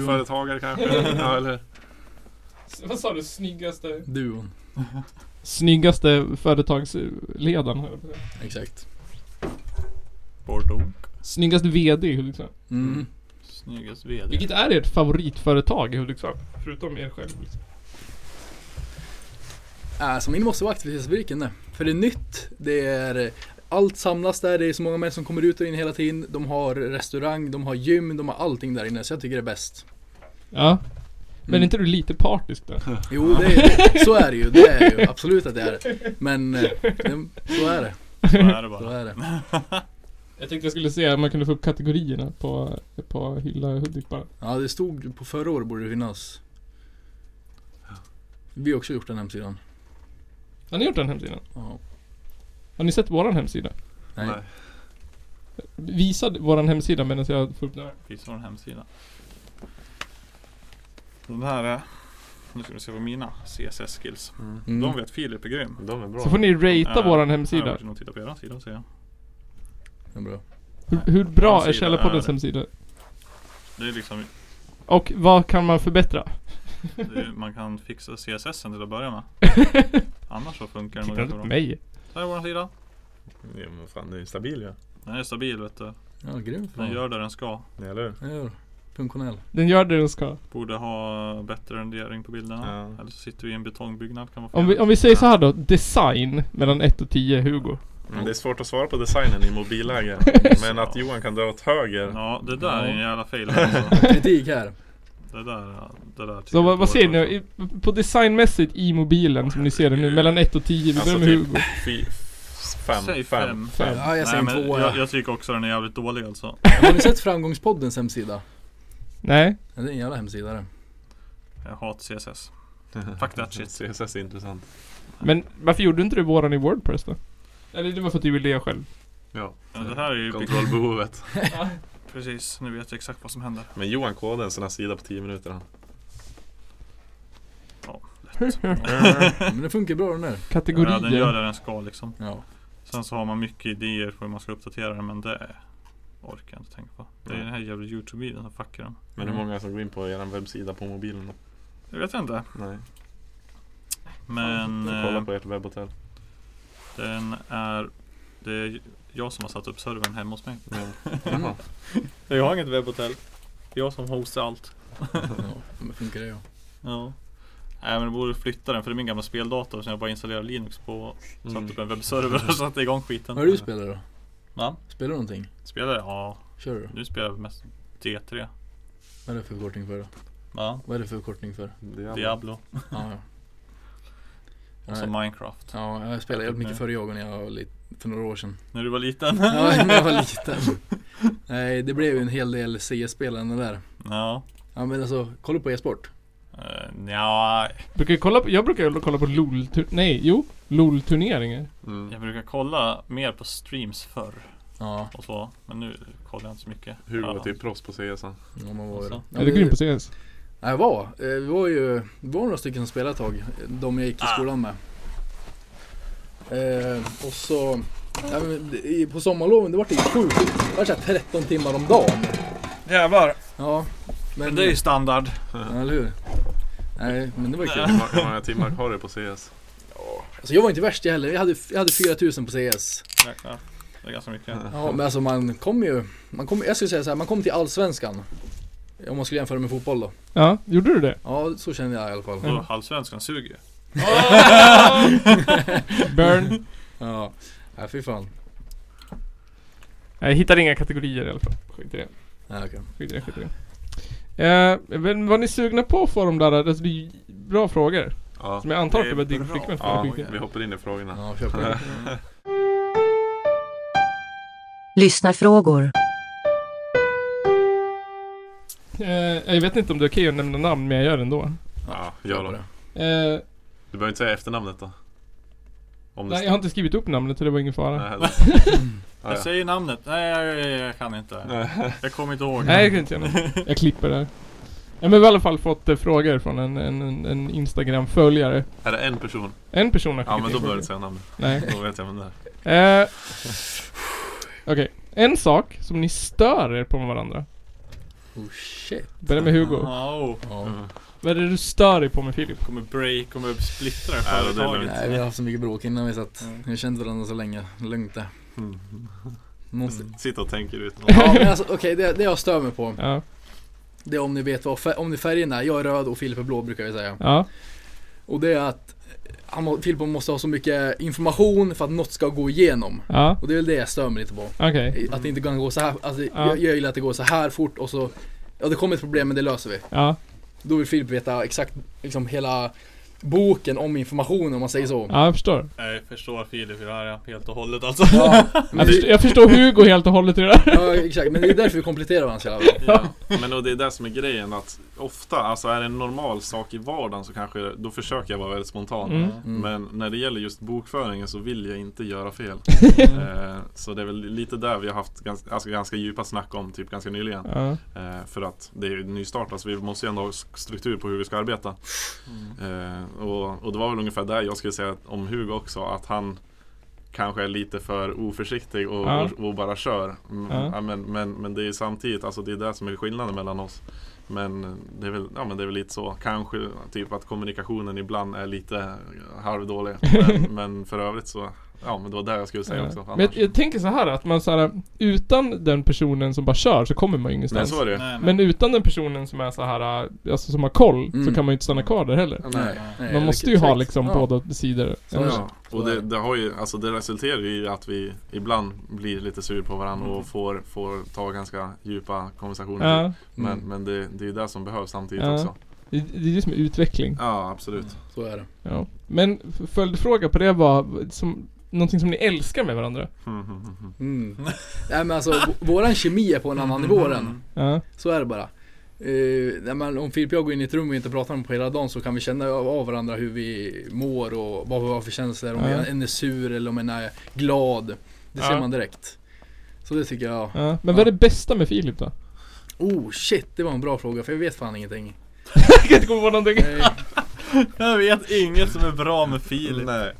E: småföretagare kanske. Ja, eller,
C: Vad sa du, snyggaste?
D: Duon.
C: Snyggaste företagsledaren höll jag på att säga.
D: Exakt.
F: Bordeaux.
C: Snyggaste VD liksom.
D: Mm.
F: Snyggast VD.
C: Vilket är ert favoritföretag liksom? i Hudiksvall? Förutom er själv. liksom.
D: Alltså min måste vara aktivitetsfabriken det. För det är nytt, det är allt samlas där, det är så många människor som kommer ut och in hela tiden. De har restaurang, de har gym, de har allting där inne. Så jag tycker det är bäst.
C: Ja. Men
D: Mm.
C: är inte du lite partisk då?
D: Jo, det är, så är det ju. Det är ju absolut att det är det. Men eh, det, så är det.
F: Så är det
D: Så
F: bara.
D: är det.
C: Jag tänkte jag skulle se om man kunde få upp kategorierna på, på Hylla Hudik bara.
D: Ja, det stod på förra året borde det finnas. Vi har också gjort den hemsidan.
C: Har ni gjort den hemsidan?
D: Ja.
C: Har ni sett våran hemsida?
D: Nej.
E: Nej.
C: Visa våran hemsida medan jag får upp den här.
F: Finns vår hemsida. Den här är... Nu ska vi se på mina CSS skills. De
D: Mm.
F: vet Filip är grym.
E: De är bra.
C: Så får ni ratea
F: Ja,
C: våran
F: Jag
C: hemsida.
F: har nog titta på eran sida och se.
D: Det är bra.
C: Hur, hur bra är
F: Hemsida
C: Källarpoddens
F: är-
C: hemsida?
F: Det är liksom...
C: Och vad kan man förbättra?
F: Det är, man kan fixa CSSen till att börja med. Annars så funkar den nog
C: Titta inte
F: ganska
C: på
F: bra.
C: mig.
F: Här är vår sida.
E: Ja, men fan, det är ju stabil ju.
F: Den är stabil vet du.
D: Ja, grymt.
F: Den
D: fan.
F: gör det den ska.
E: Ja. Eller hur?
D: Ja, det gör det. Funktionell.
C: Den gör det den ska.
F: Borde ha bättre rendering på bilderna.
E: Ja.
F: Eller så sitter vi i en betongbyggnad kan vara
C: Om vi,
F: fel.
C: om vi säger så här då. Design mellan 1 och 10, Hugo.
F: Mm.
E: Men det är svårt att svara på designen i mobilläge. Men att Johan kan dra åt höger.
F: Ja det där är en jävla fail alltså.
D: Kritik här.
F: Det där, det där tycker jag
C: Så vad,
F: inte
C: vad
F: var
C: ser
F: bra.
C: ni i- på designmässigt i mobilen som ni ser den nu? Mellan 1 och 10, vi
E: Alltså
C: börjar med
E: typ
C: Hugo.
E: Fy, fem,
F: Säg
E: fem.
F: fem.
C: Fem.
D: Ja, jag säger
F: Nej, men
D: en tvåa.
F: jag, jag tycker också den är jävligt dålig alltså.
D: Har ni sett Framgångspoddens hemsida?
C: Nej.
D: Ja, det är en jävla hemsida det.
F: Jag hatar CSS. Fuck that shit.
E: CSS är intressant.
C: Men varför gjorde inte du våran i Wordpress då? Eller det var för att du ville det själv.
E: Ja.
F: Men det här är ju...
E: Kontrollbehovet.
F: Precis, nu vet jag exakt vad som händer.
E: Men Johan kodade en sån här sida på 10 minuter. han.
D: Men det funkar bra den där.
F: Ja, den gör
C: Kategorier.
F: det den ska liksom.
D: Ja.
F: Sen så har man mycket idéer på hur man ska uppdatera den men det orkar jag inte tänka på. Det är
E: Nej.
F: den här jävla Youtube-videon som fuckar den.
E: Men hur många som går in på er webbsida på mobilen? då?
F: Det vet jag inte.
E: Nej.
F: Men eh,
E: Kolla på ert webbhotell.
F: den är... Det är jag som har satt upp servern hemma hos mig.
E: Ja.
D: Mm.
E: Jaha.
F: Jag har inget webbhotell. Det är jag som hostar allt.
D: ja. Men funkar det ja.
F: Ja. Nej men det borde flytta den för det är min gamla speldator som jag bara installerade Linux på.
E: Mm.
F: Satt upp en webbserver och satte igång
D: Vad
F: skiten.
D: har du spelat då?
F: Va?
D: Spelar du någonting?
F: Spelar jag? Ja,
D: Kör du?
F: nu spelar jag mest D3.
D: Vad är det för förkortning för då?
F: Ja,
D: Vad är det för förkortning för?
E: Diablo.
F: Diablo.
D: Ja, ja.
F: Och så
D: Nej.
F: Minecraft.
D: Ja, jag spelade jävligt mycket förr jag och när jag var lite, för några år sedan.
F: När du var liten.
D: Ja, när jag var liten. Nej, det blev ju en hel del CS-spelande där.
F: Ja.
D: Ja men alltså, kolla på e-sport.
F: Uh, ja,
C: Brukar jag, kolla på, jag brukar ju kolla på LOL Nej, jo. LOL-turneringar.
E: Mm.
F: jag brukar kolla mer på streams förr
D: Ja,
F: och så. Men nu kollar jag inte så mycket.
E: Hugo
F: Ja.
E: är typ proffs på CS. han.
D: om man var ju
F: Alltså.
D: ja,
C: är du grym på CS?
D: Ja, jag var. Eh, Vi var ju, vi var några stycken som spelade ett tag. De jag gick
F: Ah.
D: i skolan med. Eh, och så, ja, men, det- i- på sommarloven det vart det ju sjukt. Det vart så här 13 timmar om dagen.
F: Jävlar!
D: Ja, men,
F: Men det är ju standard.
D: ja, eller hur? Nej, men det var ju kul.
E: Hur många- Hur många timmar har du på CS?
D: Alltså jag var inte värst jag heller. Jag hade, jag hade 4000 på CS.
F: Jäklar. Det är ganska mycket.
D: Ja, men alltså man kom ju, man kom, jag skulle säga så här, man kom till allsvenskan. Om man skulle jämföra med fotboll då.
C: Ja, gjorde du det?
D: Ja, så kände jag i alla fall.
F: Och halvsvenskan suger ju.
C: Burn.
D: Ja, ja fy fan.
C: Jag hittade inga kategorier i alla fall. Skit i det.
D: Ja, okej.
C: Skit i det, skit i det. Eh, men vad ni sugna på för de där, alltså det är ju bra frågor.
E: Ja.
C: Som jag antar att
F: Det
C: det
F: är
C: var din
F: bra.
C: flickvän som
E: Ja,
C: var skickad.
E: vi hoppar in i frågorna.
D: Ja, kör på det.
A: Lyssnarfrågor.
C: Eh, jag vet inte om det är okej att nämna namn, men jag gör det ändå.
E: Ja,
D: Kör
E: gör
D: på
E: då.
D: det.
C: Eh,
E: Du behöver inte säga efternamnet då. Om
C: nej, jag har inte skrivit upp namnet så det var ingen fara. Nej,
E: Nej, det-
F: Jag
E: ja,
F: säger namnet. Nej, jag, jag, jag kan inte.
E: ja.
F: Jag kommer inte ihåg.
C: jag kan inte göra något. Jag klipper det här. Ja, men vi har i alla fall fått eh, frågor från en, en, en, en Instagram-följare.
E: Är det en person?
C: En person har
E: Ja, men
C: in
E: då behöver du
C: frågor.
E: inte säga namnet.
C: Nej.
E: Då vet jag vem det är.
C: Eh, Okej, en sak som ni stör er på med varandra.
D: Oh shit.
C: Börja med Hugo.
F: Wow.
D: Ja.
E: Mm.
C: Vad är det du stör dig på med Filip?
F: oh. Kommer break, kommer splittra
E: Ja, det är
F: företaget.
E: lugnt.
D: Nej, vi har haft så mycket bråk innan vi satt. Vi har känt varandra så länge. Lugnt det. Någonsin.
E: Sitta och tänker ut.
D: Ja men alltså okej, det, det jag stör mig på.
C: Ja.
D: Det är om ni vet vad fär- om ni färgen är. Jag är röd och Filip är blå brukar vi säga.
C: Ja.
D: Och det är att han, må- Filip måste ha så mycket information för att något ska gå igenom.
C: Ja.
D: Och det är väl det jag stör mig lite på.
C: Okej.
D: Att det inte kan gå så här. Alltså,
C: Ja.
D: jag, jag gillar att det går så här fort och så Ja det kommer ett problem men det löser vi.
C: Ja.
D: Då vill Filip veta exakt liksom hela boken om information om man säger så.
C: Ja, jag förstår.
F: Nej, Jag förstår Filip i det här ja, helt och hållet alltså.
D: Ja, men
C: Jag
D: det,
C: förstår, jag förstår Hugo helt och hållet i det där.
D: ja exakt, men det är därför vi kompletterar varandra så jävla bra.
E: Ja, men och det är det som är grejen att ofta, alltså är det en normal sak i vardagen så kanske, då försöker jag vara väldigt spontan.
C: Mm.
D: Mm.
E: Men när det gäller just bokföringen så vill jag inte göra fel. eh, så det är väl lite där vi har haft ganska, alltså ganska djupa snack om typ ganska nyligen.
C: Ja.
E: Eh, för att det är ju nystartat så vi måste ju ändå ha s- struktur på hur vi ska arbeta. Eh, och, och det var väl ungefär där jag skulle säga att- om Hugo också, att han kanske är lite för oförsiktig och,
C: Ja.
E: och, och bara kör. Mm,
C: Ja.
E: ja, men, men, men det är ju samtidigt, alltså det är det som är skillnaden mellan oss. Men det, är väl, ja, men det är väl lite så, kanske typ att kommunikationen ibland är lite halvdålig. Men, men för övrigt så, ja men det var det jag skulle säga
C: Ja.
E: också.
C: Men jag, jag tänker så här att man så här, utan den personen som bara kör så kommer man ju
E: Nej,
C: ingenstans.
E: så är det ju.
F: Nej,
C: Men utan den personen som är så här, alltså som har koll, så
D: Mm.
C: kan man ju inte stanna kvar där heller.
E: Nej.
D: Nej,
C: Man
D: det-
C: måste ju ha
D: exakt.
C: liksom
D: Ja.
C: båda sidor.
D: Så är det.
E: Ja, och det, det, har ju, alltså det resulterar ju i att vi ibland blir lite sur på varandra och får, får ta ganska djupa konversationer. typ.
C: Ja,
E: Men,
D: Mm.
E: men det, det är ju det som behövs samtidigt
C: Ja.
E: också.
C: det det är ju som utveckling.
E: Ja, absolut.
D: Så är det.
C: Ja. Men f- följdfråga på det var, som, någonting som ni älskar med varandra?
E: Mm, mm, mm, mm.
D: Mm. Nej men alltså, v- våran kemi är på en annan nivå
C: Mm.
D: än.
C: Ja.
D: Så är det bara. Eh, nej, men om Filip och jag går in i ett rum och inte pratar på hela dagen så kan vi känna av av varandra hur vi mår och vad vi har för känslor. Om
C: Ja.
D: en är sur eller om en är glad. Det ser
C: Ja.
D: man direkt. Så det tycker jag.
C: Ja. Men vad är det bästa med Filip då?
D: Oh shit, det var en bra fråga för jag vet fan ingenting.
C: Jag kan inte komma på någonting.
D: Nej.
E: Typ
F: Jag vet inget som är bra med Filip.
E: Nej.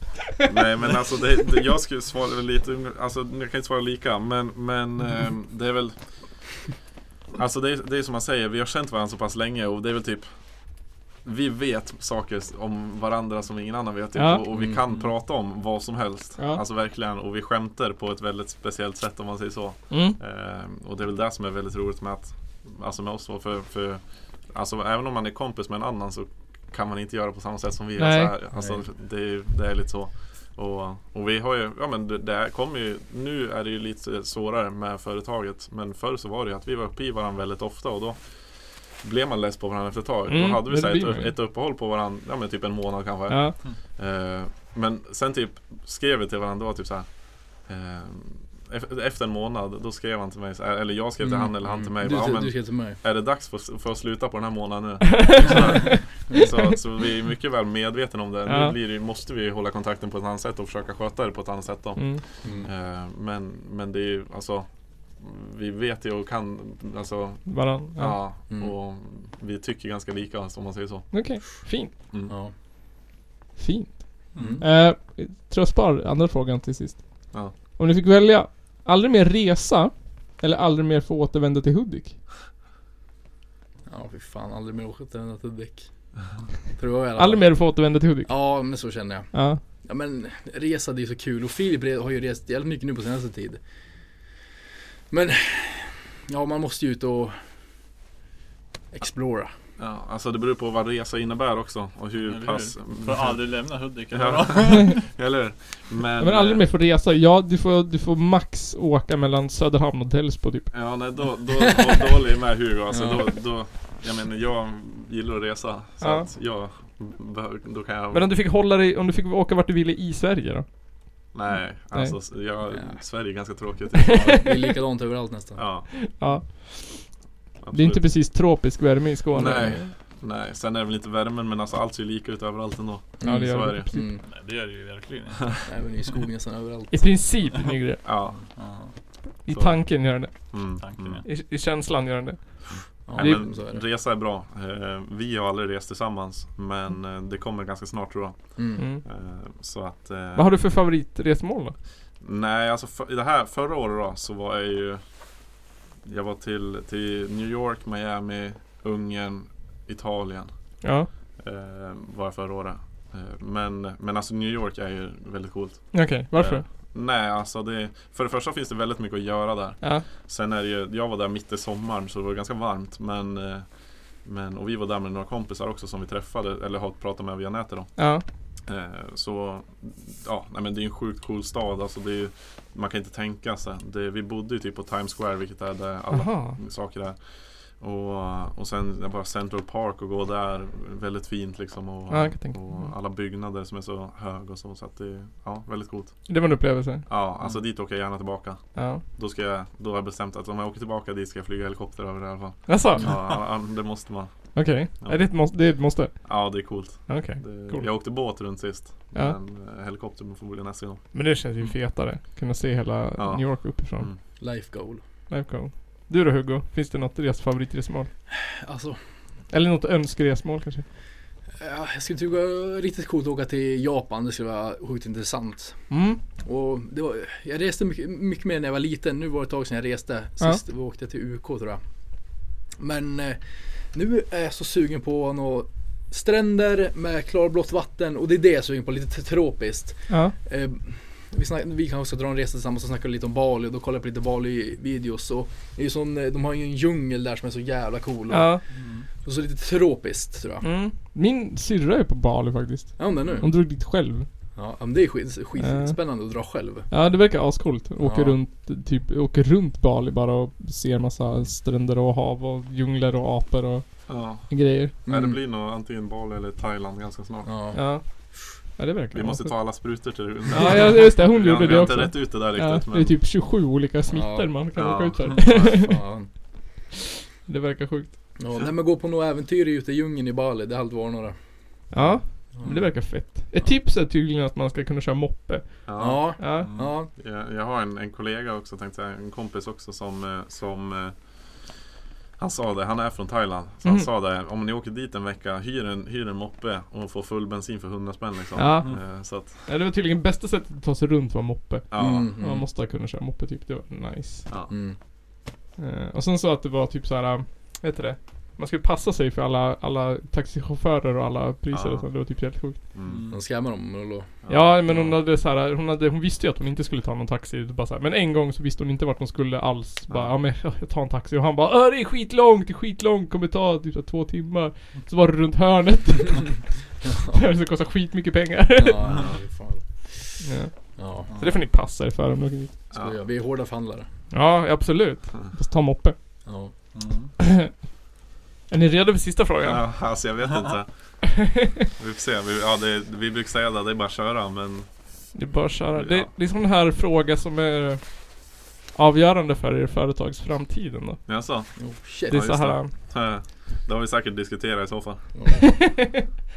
E: Nej men alltså det, det, jag skulle svara väl lite, alltså jag kan inte svara lika men, men ehm, det är väl Alltså det är, det är som man säger, vi har känt varandra så pass länge och det är väl typ Vi vet saker om varandra som ingen annan vet typ,
C: Ja.
E: och, och vi kan prata om vad som helst
C: Ja.
E: Alltså verkligen och vi skämtar på ett väldigt speciellt sätt om man säger så
C: Mm.
E: Ehm, Och det är väl det som är väldigt roligt med att Alltså med oss då, för, för Alltså även om man är kompis med en annan så Kan man inte göra på samma sätt som vi gör
C: Nej.
E: så här. Alltså det är, det är lite så och, och vi har ju, ja men det, det här kommer ju Nu är det ju lite svårare med företaget Men förr så var det ju att vi var uppe i varandra väldigt ofta och då Blev man less på varandra efter ett tag
C: Mm,
E: Då hade vi
C: det
E: så här,
C: blir man
E: ett,
C: ju.
E: ett uppehåll på varandra, ja men typ en månad kanske
C: Ja.
E: Eh, men sen typ skrev vi till varandra, det var typ så här. eh, ef- efter en månad, då skrev han till mig, så här, eller jag skrev till
D: Mm.
E: han eller han till mig.
D: Du,
E: bara, ja,
D: du,
E: men,
D: du ska till mig.
E: är det dags för, för att sluta på den här månaden nu? Så här. så, så vi är mycket väl medvetna om det.
C: Ja.
E: Nu blir det, måste vi hålla kontakten på ett annat sätt och försöka sköta det på ett annat sätt. Då.
C: Mm.
E: Eh, men, men det är ju alltså vi vet ju och kan, alltså,
C: Varann. Ja.
E: ja,
D: Mm.
E: och vi tycker ganska lika alltså, om man säger så.
C: Okej, fint.
E: Mm.
D: Ja.
C: Fint.
D: Mm.
C: Eh, tror jag spar andra frågan till sist.
E: Ja.
C: Om ni fick välja, aldrig mer resa eller aldrig mer få återvända till Hudik?
D: Ja fy fan, aldrig mer åka till den där däck. Tror jag i alla fall.
C: Aldrig mer få återvända till Hudik?
D: Ja men så känner jag.
C: Ja.
D: Ja men resa det är så kul och Filip re- har ju rest jävligt mycket nu på senaste tid. Men ja man måste ju ut och explora.
E: Ja, alltså det beror på vad resa innebär också och
F: Eller
E: hur
F: hur?
E: pass...
F: Får aldrig lämna Hudik.
E: Ja. Eller hur?
C: Ja,
E: Men, eh,
C: Men aldrig mer få resa. Ja, du får, du får max åka mellan Söderhamn och Delsbo typ.
E: Ja, nej, då, då, då, då håller jag med Hugo. Alltså,
D: Ja.
E: då, då, jag menar, jag gillar att resa. Så
C: Ja.
E: att jag, behöver- då kan jag...
C: Men om du fick hålla dig, om du fick åka vart du ville i Sverige då?
E: Nej, alltså Jag,
D: Ja.
E: Sverige är ganska tråkigt.
D: Det är likadant överallt nästan.
E: Ja,
C: Ja.
E: absolut.
C: Det är inte precis tropisk värme i Skåne.
E: Nej, nej. Sen är det väl inte värmen men alltså allt ser ju lika ut överallt ändå.
C: Ja, det
E: så
C: gör
E: är det.
C: det.
D: Mm.
F: Nej, det gör det ju verkligen inte.
D: Även i skogen nästan överallt.
C: I princip Nygren.
E: Ja.
F: Ja,
C: I
E: Så.
C: tanken gör den det.
E: Mm.
F: tanken
E: Mm.
F: är.
C: I, I känslan gör den det.
D: Ja,
E: Nej,
D: så är
E: men,
D: det.
E: resa är bra. Eh, Vi har aldrig rest tillsammans men eh, det kommer ganska snart tror jag.
D: Mm.
C: Mm.
E: Eh, Så att... eh,
C: Vad har du för favoritresmål då?
E: Nej, alltså för, i det här förra året då så var jag ju Jag var till, till New York, Miami, Ungern, Italien
C: Ja,
E: eh, Var jag förra året eh, men, men alltså New York är ju väldigt coolt
C: okej. Varför?
E: eh, Nej, alltså det, för det första finns det väldigt mycket att göra där.
C: Ja.
E: Sen är det ju, jag var där mitt i sommaren så det var ganska varmt. Men, eh, men, och vi var där med några kompisar också som vi träffade, eller har pratat med via nätet då.
C: Ja.
E: Eh, så ja, nej, men det är en sjukt cool stad. Alltså det är ju, man kan inte tänka sig. Det, vi bodde ju typ på Times Square, vilket är där alla
C: Jaha.
E: saker där. Och, och sen bara Central Park och gå där, väldigt fint liksom. Och,
C: Ja, jag kan tänka mig.
E: och alla byggnader som är så hög och så. Så att det är ja, väldigt coolt.
C: Det var en upplevelse.
E: Ja, alltså dit åker jag gärna tillbaka.
C: Ja.
E: Då, ska jag, då har jag bestämt att om jag åker tillbaka dit ska jag flyga helikopter över det i alla fall.
C: Jaså?
E: Ja, ja, det måste man.
C: Okej.
E: Ja.
C: Är det ett måste? Det är ett måste?
E: Ja, det är coolt.
C: Okej.
E: Det,
C: Coolt.
E: Jag åkte båt runt sist.
C: Ja.
E: Men eh, helikopter får bli nästa gång.
C: Men det känns ju fetare. Kunna se hela
E: Mm. Ja.
C: New York uppifrån.
E: Mm.
D: Life goal.
C: Life goal. Du då Hugo? Finns det något res- favoritresmål?
D: Alltså,
C: Eller något önskeresmål kanske?
D: ja, jag skulle tycka det var riktigt coolt att åka till Japan. Det skulle vara sjukt intressant.
C: Mm.
D: Och det var, jag reste mycket, mycket mer när jag var liten. Nu var det ett tag sedan jag reste.
C: Ja.
D: Sist vi åkte till UK tror jag. Men eh, nu är jag så sugen på några stränder med klarblått vatten. Och det är det jag är sugen på. Lite tropiskt.
C: Ja.
D: Eh, vi, snack, vi kanske ska dra en resa tillsammans och snacka lite om Bali och då kollar jag på lite Bali-videos. Och det är ju sån, eh, de har ju en djungel där som är så jävla cool. Och,
C: Ja.
D: och så lite tropiskt tror jag.
C: Mm. Min syrra är på Bali faktiskt.
D: Ja men nu.
C: Hon drog dit själv.
D: Ja men det är skit,
C: Ja.
D: skitspännande att dra själv.
C: Ja det verkar ascoolt. Åker
D: Ja.
C: runt, typ, åker runt Bali bara och ser massa stränder och hav och djungler och apor och
E: Ja.
C: grejer.
E: Nej, det
D: Mm.
E: blir nog antingen Bali eller Thailand ganska snart.
D: Ja.
C: Ja. Ja det verkar
E: Vi måste
C: ascoolt.
E: ta alla sprutor till rymden.
C: Ja ja, just det, hon
E: vi, har-
C: gjorde
E: vi
C: det
E: har inte
C: också.
E: rätt ut det där
C: Ja,
E: riktigt.
C: det är typ 27 olika smittor
D: Ja.
C: man kan
E: Ja.
C: åka ut för.
D: Fan.
C: Det verkar sjukt.
D: Ja, nej men gå på några äventyr ute i djungeln i Bali, det hade varit några.
C: Ja, men det verkar fett. Ett tips är tydligen att man ska kunna köra moppe.
E: Ja. Mm.
D: Ja.
C: Ja.
F: Mm.
D: Ja.
E: Jag, jag har en, en kollega också, tänkte jag, en kompis också som, eh, som eh, han sa det, han är från Thailand. Så
C: Mhm.
E: han sa det, om ni åker dit en vecka, hyr en, hyr en moppe och får full bensin för 100 spänn liksom.
C: Ja.
E: Eh, Så att,
C: ja, det var tydligen bästa sättet att ta sig runt var moppe.
E: ja.
D: Mm,
C: Man
D: mm,
C: måste kunna köra moppe typ, det var nice.
D: mm.
C: Eh, och sen så att det var typ så här, vad heter det? Man skulle passa sig för alla, alla taxichaufförer och alla priser
E: Ja.
C: och så. Det var typ helt sjukt.
E: Mm.
D: De scammar dem och då.
C: Ja, men hon hade så här, hon, hade, hon visste ju att hon inte skulle ta någon taxi. Det bara så här, men en gång så visste hon inte vart hon skulle alls. Bara,
E: Ja.
C: ja men jag tar en taxi. Och han bara, "Åh, det är skitlångt, det är skitlångt, kommer ta typ så här, två timmar. Så var det runt hörnet. det här kostar skitmycket pengar.
D: Ja, nej, fan.
C: ja.
D: ja.
C: Så det får ni passa er för om ni åker dit.
D: Ska vi göra. Vi är hårda förhandlare.
C: Ja, absolut. Fast ta moppe.
D: Ja.
F: Mm.
C: Är ni redo för sista frågan?
E: Ja, alltså jag vet inte. Vi får se. Vi, ja, det, vi brukar säga det, det är bara att köra men
C: Det är bara att köra. Det,
E: Ja.
C: det är sån här fråga som är avgörande för er företags framtid ändå.
E: Jaså?
D: Oh, shit.
C: Det är
E: Ja,
C: så
E: just
C: här.
E: Det har vi säkert diskuterat i så fall.
D: Ja.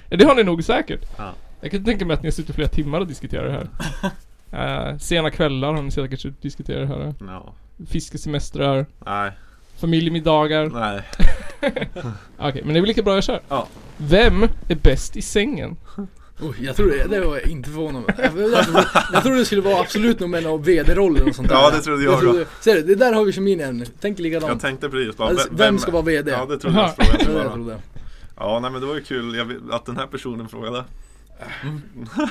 C: Ja, det har ni nog säkert.
E: Ja.
C: Jag kan tänka mig att ni har suttit flera timmar och diskuterat det här. Eh, sena kvällar har ni säkert suttit och diskuterat det här.
E: Ja.
C: Fiskesemestrar,
E: Nej,
C: familjemiddagar. Ah,
E: nej.
C: Okej, men det är väl lika bra jag kör.
E: Mm. Ja.
C: Vem är bäst i sängen?
D: Oh, jag tror det, det var jag inte förvånad över. Jag, jag, trodde- jag trodde det skulle vara absolut någon mellan VD-rollen och sånt där.
E: Ja, det trodde jag
D: ser du, det där har vi som min än. Tänk likadant.
E: Jag tänkte precis bara,
D: Alltså, vem ska vara VD?
E: Ja, det trodde
C: Jaha.
E: jag. Frågade
D: Det
E: jag
D: var det jag
E: bara.
D: trodde.
E: Ja, nej men det var ju kul jag vet, att den här personen frågade.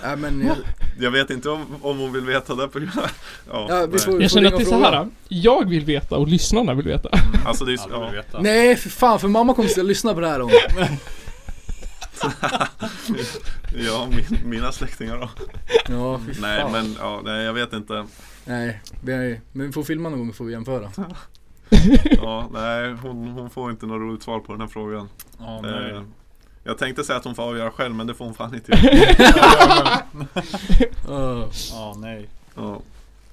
D: Nej, men, jag,
E: Jag vet inte om, om hon vill veta det på grund av... Ja,
D: ja, vi
E: nej.
D: får, vi
C: Jag
D: får
C: känner
D: ringa
C: att det är
D: och
C: så
D: fråga.
C: här. Jag vill veta och lyssnarna vill veta.
E: Alltså det är
F: Alla vill
E: ja,
F: veta.
D: Nej, för fan, för mamma kommer sitta och lyssna på det här om.
E: ja min, mina släktingar då.
D: Ja, fy
E: Nej
D: fan.
E: men ja, nej jag vet inte.
D: Nej, vi har, men vi får filma någon gång får vi jämföra.
E: Ja, nej hon, hon får inte något roligt svar på den här frågan.
F: Ja,
E: Eh,
F: nej.
E: Jag tänkte säga att hon får avgöra själv men det får hon fan inte göra.
D: Uh,
F: Ja, nej.
E: Ja.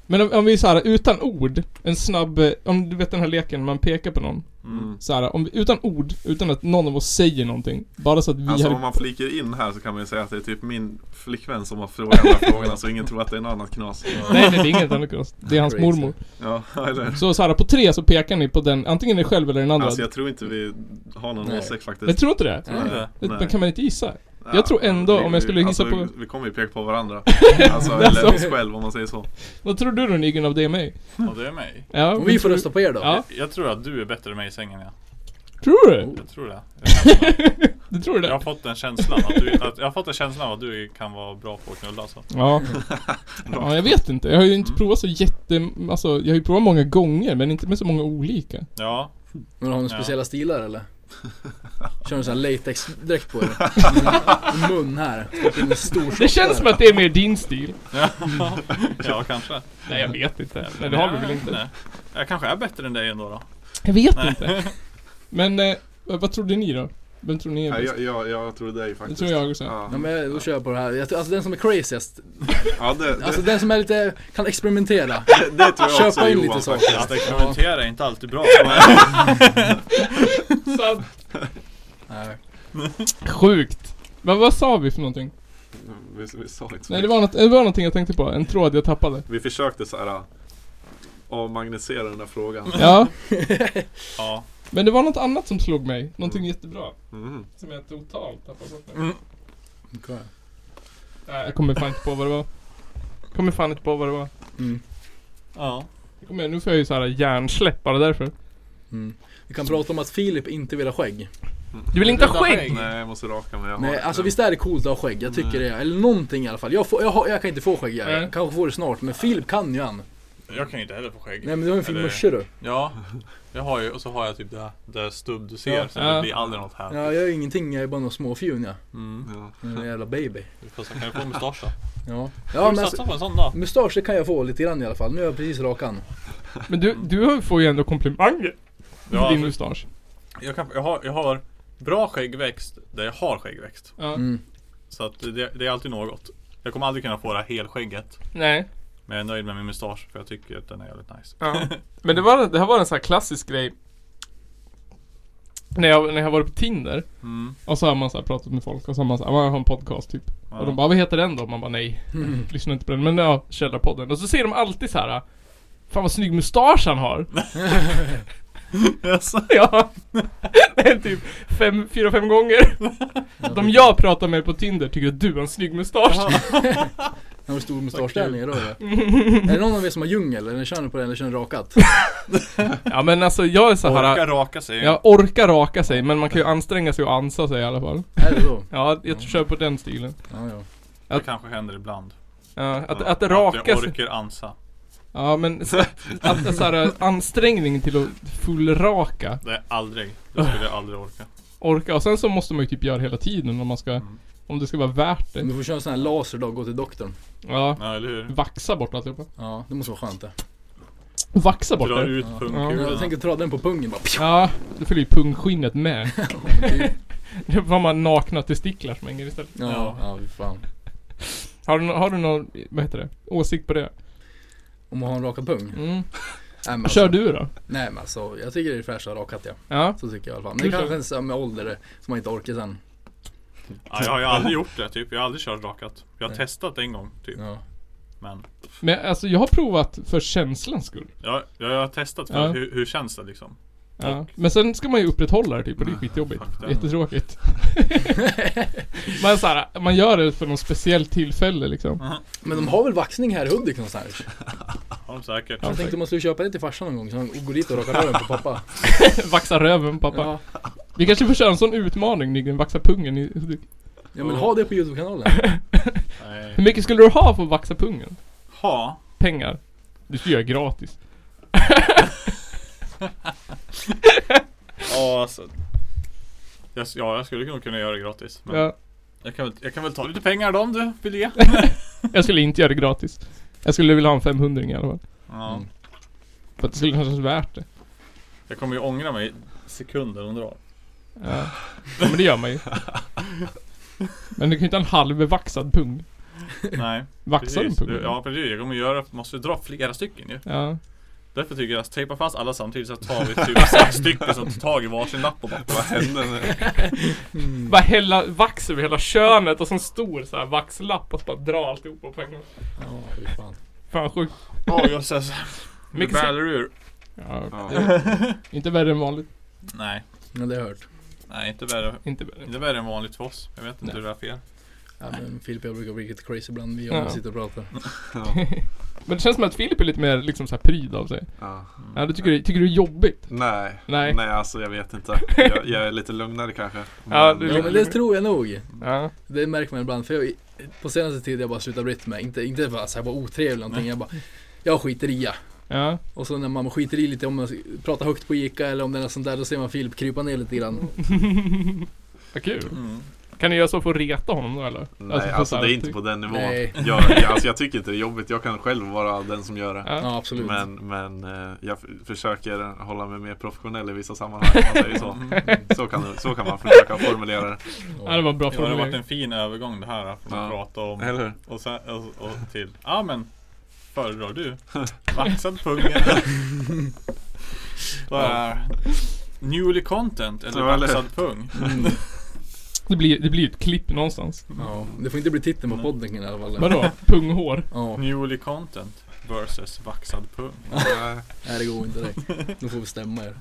C: Men om, om vi så här utan ord, en snabb, eh, om du vet den här leken man pekar på någon.
E: Mm.
C: Så här, om vi, utan ord, utan att någon av oss säger någonting. Bara så att vi
E: Alltså
C: har...
E: om man flikar in här så kan man ju säga att det är typ min flickvän som har frågat de här frågorna så ingen tror att det är något annat knas.
C: Nej, nej, det är inget annat knas. Det är hans
D: Crazy.
C: mormor.
E: Ja, eller?
C: Så, så här, på tre så pekar ni på den, antingen er själv eller den andra.
E: Alltså jag tror inte vi har någon
D: Nej.
E: åsikt faktiskt.
C: jag tror inte det.
F: Tror du det?
C: Det-
E: Nej.
C: Men kan man inte gissa?
E: Ja,
C: jag tror ändå om jag skulle
E: vi,
C: gissa
E: alltså,
C: på-
E: Vi kommer ju peka på varandra. Alltså, eller
C: Alltså.
E: oss själv om man säger så.
C: Vad tror du då Nygren av det mig?
F: Ja, det är mig.
C: Ja,
D: om
C: men
D: vi får
C: tror-
D: rösta på er då?
C: Ja.
F: Jag tror att du är bättre än mig i sängen ja.
C: Tror du?
F: Jag tror det. Jag
C: Du tror
F: Jag
C: det?
F: har fått den känslan att du, att, jag har fått en känsla av att du kan vara bra på att knulla alltså.
C: Ja. ja, jag vet inte. Jag har ju inte
F: Mm.
C: provat så jätte... Alltså, jag har ju provat många gånger men inte med så många olika.
F: Ja,
D: Men har ni
F: Ja.
D: speciella stilar eller? Kör ni sån här latexdräkt på er? Med Mun här. Och en stor
C: Det
D: soppa
C: känns
D: här.
C: som att det är mer din stil.
F: ja kanske.
C: Nej, jag vet inte. Nej, det har vi väl
F: Nej,
C: inte.
F: nej. Jag kanske är bättre än dig ändå då.
C: Jag vet inte. Men eh, vad vad trodde ni då? Vem tror ni är
E: Nej,
C: bäst?
E: jag, jag, jag tror dig
C: Det
E: faktiskt.
C: tror jag också.
E: Ja,
D: Ja men jag- då kör jag på det här. Jag tror- Alltså den som är craziest.
E: ja det, det,
D: Alltså den som är lite, kan experimentera.
E: det, det tror jag också
D: Köpa in
E: Johan
D: lite
E: faktiskt.
D: saker.
F: Att experimentera är inte alltid bra.
C: Sant.
D: Nej.
C: Sjukt. Men vad sa vi för någonting?
E: Vi, vi sa inte så
C: Nej, det
E: mycket.
C: var, något, det var någonting jag tänkte på. En tråd jag tappade.
E: Vi försökte så här avmagnisera den där frågan.
C: Ja,
F: Ja.
C: men det var något annat som slog mig. Någonting jättebra.
E: Mm.
C: Som jag totalt tappade bort nu.
F: Mm.
D: Okej.
C: Nej, jag kommer fan inte på vad det var. Jag kommer fan inte på vad det var.
D: Mm.
F: Ja.
C: Jag kommer, nu får jag ju såhär hjärnsläpp bara därför.
D: Mm. Vi kan prata om att Filip inte vill ha skägg.
C: Du vill inte ha skägg?
E: Nej, jag måste raka mig. Jag har
D: Nej,
E: inte
D: alltså
E: den.
D: visst är det coolt att ha skägg? Jag tycker det. Eller någonting i alla fall. Jag, får, jag, har, jag kan inte få skägg.
C: Nej.
D: Jag kanske får det snart. Men Filip kan ju han.
F: Jag kan ju inte heller få skägg.
D: Nej men du har ju en fin
F: Eller-
D: musche du.
F: Ja, jag har ju, och så har jag typ det, det stubb du ser,
D: Ja.
F: så
C: Ja.
F: det blir aldrig något här.
D: Ja, jag är ingenting. Jag är bara någon småfjun jag.
F: Mm.
E: Ja.
D: Jag är En jävla baby.
F: Fast jag kan ju få mustasch då.
D: Ja.
F: Ja,
D: Ja
F: du
D: men
F: satsa
D: alltså,
F: på en sån då?
D: mustasch det kan jag få lite grann i alla fall. Nu har jag precis rakan.
C: Men du, du får ju ändå komplimanger för
F: Ja,
C: din mustasch.
F: jag, kan, jag, har, jag har bra skäggväxt där jag har skäggväxt.
C: Ja.
D: Mm.
F: Så att det, det är alltid något. Jag kommer aldrig kunna få det här helskägget.
C: Nej.
F: Men jag är nöjd med min mustasch för jag tycker att den är jävligt nice.
C: Ja. Men det, var, det här var en sån här klassisk grej. När jag, när jag var på Tinder
F: Mm.
C: och så har man så här pratat med folk och så har man så här, "Ah, jag har en podcast typ.
F: Ja.
C: Och de bara, vad heter den då? Man bara, nej, lyssnar inte på den. Men ja, Källarpodden. Och så ser de alltid så här, fan vad snygg mustasch han har.
F: Jaså?
C: Ja. Nej, typ fem, fyra, fem gånger. De jag pratar med på Tinder tycker att du har en snygg mustasch.
D: Har du stor mustasch
F: Vad
D: där
F: kul.
D: nere då eller? Är det någon av er som har djungel eller kör ni på det eller kör ni rakat?
C: Ja men alltså jag är så
F: Orka
C: här.
F: raka sig.
C: Jag orkar raka sig men man kan ju anstränga sig och ansa sig i alla fall.
D: Är det då?
C: Ja, jag kör på den stilen.
D: Ja, ja.
F: Det kanske händer ibland.
C: Ja, att, att raka
F: jag
C: sig.
F: orkar ansa.
C: Ja men s- att, att så här, ansträngning till att fullraka.
F: Det är aldrig. Det skulle jag aldrig orka.
C: Orka. Och sen så måste man ju typ göra hela tiden om man ska, om det ska vara värt
D: Men
C: det.
D: Du får köra en sån här laser då, gå till doktorn.
C: Ja.
F: Ja, eller hur?
C: Vaxa bort alltihopa.
D: Ja, det måste vara skönt det.
C: Vaxa bort
F: Drar
C: det.
F: ut
D: Jag
F: pungkulorna.
D: tänker dra den på pungen bara. pju,
C: Ja, då fyller ju pungskinnet med.
D: typ.
C: Det var man nakna testiklar som hänger istället.
D: Ja, ja fy fan.
C: Har du, nå- har du någon, vad heter det, åsikt på det?
D: Om man har en rakad pung. Nej,
C: Mm.
D: men alltså,
C: Kör du då?
D: Nej men alltså, jag tycker det är fräscht att ha rakat ja.
C: Ja.
D: Så tycker jag i alla fall. Men det
C: Du
D: kanske
C: kör.
D: är så här med ålder som man inte orkar sen.
F: Ja, jag har ju aldrig gjort det typ. Jag har aldrig kört rakat. Jag har testat en gång typ.
D: Ja.
F: Men
C: Men alltså jag har provat för känslans skull.
F: jag, jag har testat för
C: Ja.
F: hur, hur känns det liksom.
C: Ja. Men sen ska man ju upprätthålla det typ och det är skitjobbigt.
F: Ah, Fuck that.
C: Jättetråkigt. man, så här, man gör det för något speciellt tillfälle liksom.
D: Men de har väl vaxning här i Hudik någonstans?
F: Har de säkert.
C: Ja.
D: Jag tänkte man skulle köpa det till farsan någon gång så han går dit och rakar röven på pappa.
C: Vaxa röven pappa.
D: Ja.
C: Vi kanske får köra en sån utmaning Nygren, vaxa pungen i Hudik.
D: ja men ha det på Youtube-kanalen.
F: Nej.
C: Hur mycket skulle du ha för att vaxa pungen?
F: Ha.
C: Pengar? Du skulle göra gratis.
F: Ja, alltså. Jag, s- ja, jag skulle nog kunna göra det gratis. Men
C: Ja.
F: jag, kan väl, jag kan väl ta lite pengar av dem du vill ge.
C: Jag skulle inte göra det gratis. Jag skulle vilja ha en 500 i alla fall.
F: Ja.
D: Mm.
C: För att det skulle kanske vara värt det.
F: Jag kommer ju ångra mig sekunder hon drar.
C: Ja. ja men det gör man ju. Men du kan ju inte ha en halvvaxad pung.
F: Nej.
C: Vaxar du en
F: Precis.
C: pung?
F: Du, ja precis. Jag kommer göra, måste dra flera stycken ju.
C: ja.
F: Därför tycker jag att tejpa fast alla samtidigt så tar vi typ sex stycken som tar tag i varsin lapp och bara
E: Vad hände nu?
C: Bara hälla vax över hela könet och så en stor så här vaxlapp och så bara dra alltihopa på en gång.
D: Ja, fy fan.
C: Fan sjukt.
F: Åh jösses. Nu
C: Mycket-
F: ballar ur.
C: Ja.
E: Ja.
C: Inte värre än vanligt.
F: Nej.
D: Ja, det har jag hört.
F: Nej inte värre.
C: Inte värre.
F: Det är värre än vanligt för oss. Jag vet inte
C: Nej.
F: hur det är för er.
D: Ja, men Filip och jag brukar bli lite crazy ibland. Vi ja.
C: Ja.
D: sitter och pratar.
C: Men det känns som att Filip är lite mer liksom så här pryd av sig.
E: Ja.
C: Ja, du tycker, det- tycker du är jobbigt?
E: Nej.
C: Nej.
E: Nej, alltså jag vet inte. Jag, jag är lite lugnare kanske.
C: Ja, du är
D: Ja,
C: lite-
D: men det tror jag nog.
C: Ja.
D: Det märker man ibland. För jag, på senaste tiden jag bara slutat bryta mig. Inte, inte för att jag var otrevlig eller någonting. Jag bara, jag skiter i ja.
C: Ja.
D: Och så när man skiter i lite om man pratar högt på Ica eller om det är något sånt där. Då ser man Filip krypa ner lite grann.
C: Vad kul.
F: Mm.
C: Kan ni göra så för att reta honom då eller?
E: Nej, alltså,
C: för så här typ-
E: det är
C: att-
E: inte på den nivån.
D: Nej.
E: Jag, jag, alltså, jag tycker inte det är jobbigt. Jag kan själv vara den som gör det.
C: Ja.
D: Ja, absolut.
E: Men, men eh, jag f- försöker hålla mig mer professionell i vissa sammanhang. om Man säger så. Så, kan, så kan man försöka formulera det.
C: ja, det var en
F: Ja,
C: bra
F: det har varit
C: formulering.
F: en fin övergång det här. Från
E: Ja.
F: att prata om
E: Eller hur?
F: och, sen, och, och till. Ja men. Föredrar du? Vaxad pungen. Vad är Newly content eller
E: Ja, eller-
F: vaxad pung?
D: Mm.
C: Det blir, det blir ju ett klipp någonstans.
D: Ja, det får inte bli titeln på podden i alla fall.
C: Vadå? Punghår?
D: Ja,
F: Newly content versus vaxad pung.
E: Eh,
D: nej det går inte direkt. Nu får vi stämma er.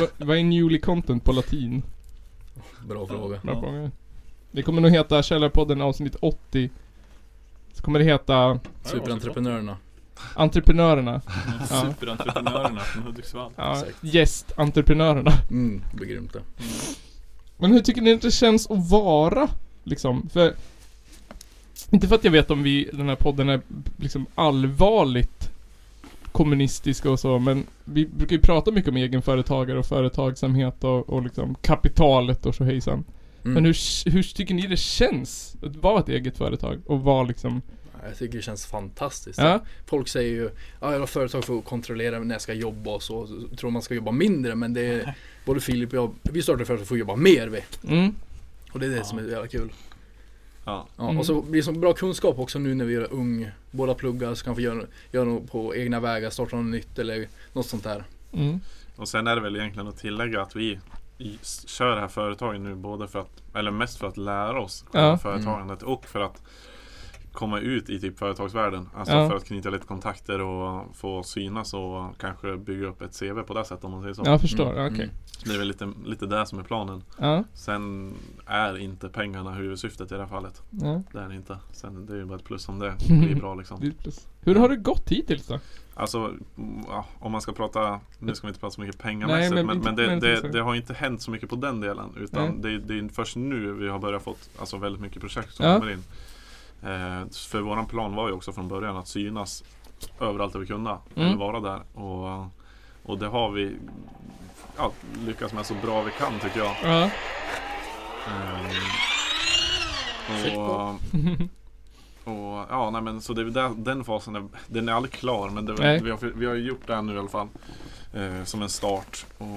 C: Va- Vad är newly content på latin?
D: Bra fråga.
C: Bra
F: Ja.
C: fråga. Det kommer nog heta Källarpodden avsnitt 80. Så kommer det heta
D: Superentreprenörerna.
C: Entreprenörerna. Ja.
F: Superentreprenörerna från Hudiksvall.
C: Ja,
D: Exakt.
C: gästentreprenörerna.
D: Mm, det blir grymt det.
C: Men hur tycker ni att det känns att vara? Liksom, för... Inte för att jag vet om vi, den här podden är liksom allvarligt kommunistiska och så, men vi brukar ju prata mycket om egenföretagare och företagsamhet och, och liksom kapitalet och så hejsan.
D: Mm.
C: Men hur, hur tycker ni det känns att vara ett eget företag och vara liksom,
D: Jag tycker det känns fantastiskt.
C: ja?
D: Folk säger ju ja, jag har företag för att kontrollera när jag ska jobba och så. så tror man ska jobba mindre men det är både Filip och jag, vi startade företag för att jobba mer vi.
C: Mm.
D: Och det är det
F: Ja.
D: som är jävla kul.
E: Ja.
D: Ja,
C: Mm.
D: Och så blir det så bra kunskap också nu när vi är ung. Båda pluggar så kan vi göra, göra något på egna vägar, starta något nytt eller något sånt där.
C: Mm.
E: Och sen är det väl egentligen att tillägga att vi i- s- kör det här företaget nu både för att, eller mest för att lära oss själva
C: Ja. Mm.
E: företagandet och för att komma ut i typ företagsvärlden. Alltså
C: Ja.
E: för att knyta lite kontakter och få synas och kanske bygga upp ett CV på det sättet om man säger så.
C: Ja, jag förstår.
D: Mm,
C: Okej.
D: mm.
E: Det är väl lite, lite det som är planen.
C: Ja,
E: Sen är inte pengarna huvudsyftet i det här fallet.
C: ja.
E: Det är det inte. Sen det är ju bara ett plus om det blir bra liksom.
C: Det är plus. Hur har det gått hittills då?
E: Alltså mm, ja, om man ska prata, nu ska vi inte prata så mycket pengamässigt
C: Nej, men
E: men, men,
C: inte- men
E: det,
C: inte så.
E: det, det har inte hänt så mycket på den delen utan
C: Nej.
E: det, är- det är först nu vi har börjat fått alltså, väldigt mycket projekt som
C: Ja.
E: kommer in. Eh, för våran plan var ju också från början att synas överallt där vi kunde
C: Mm.
E: eller vara där och, och det har vi ja, lyckats med så bra vi kan tycker jag.
C: Ja.
E: Ehm, och, och ja, nej men så det är väl där, den fasen, är, den är aldrig klar men det, är väl-
C: Nej.
E: vi, har, vi har gjort det här nu i alla fall. Eh, som en start. Och,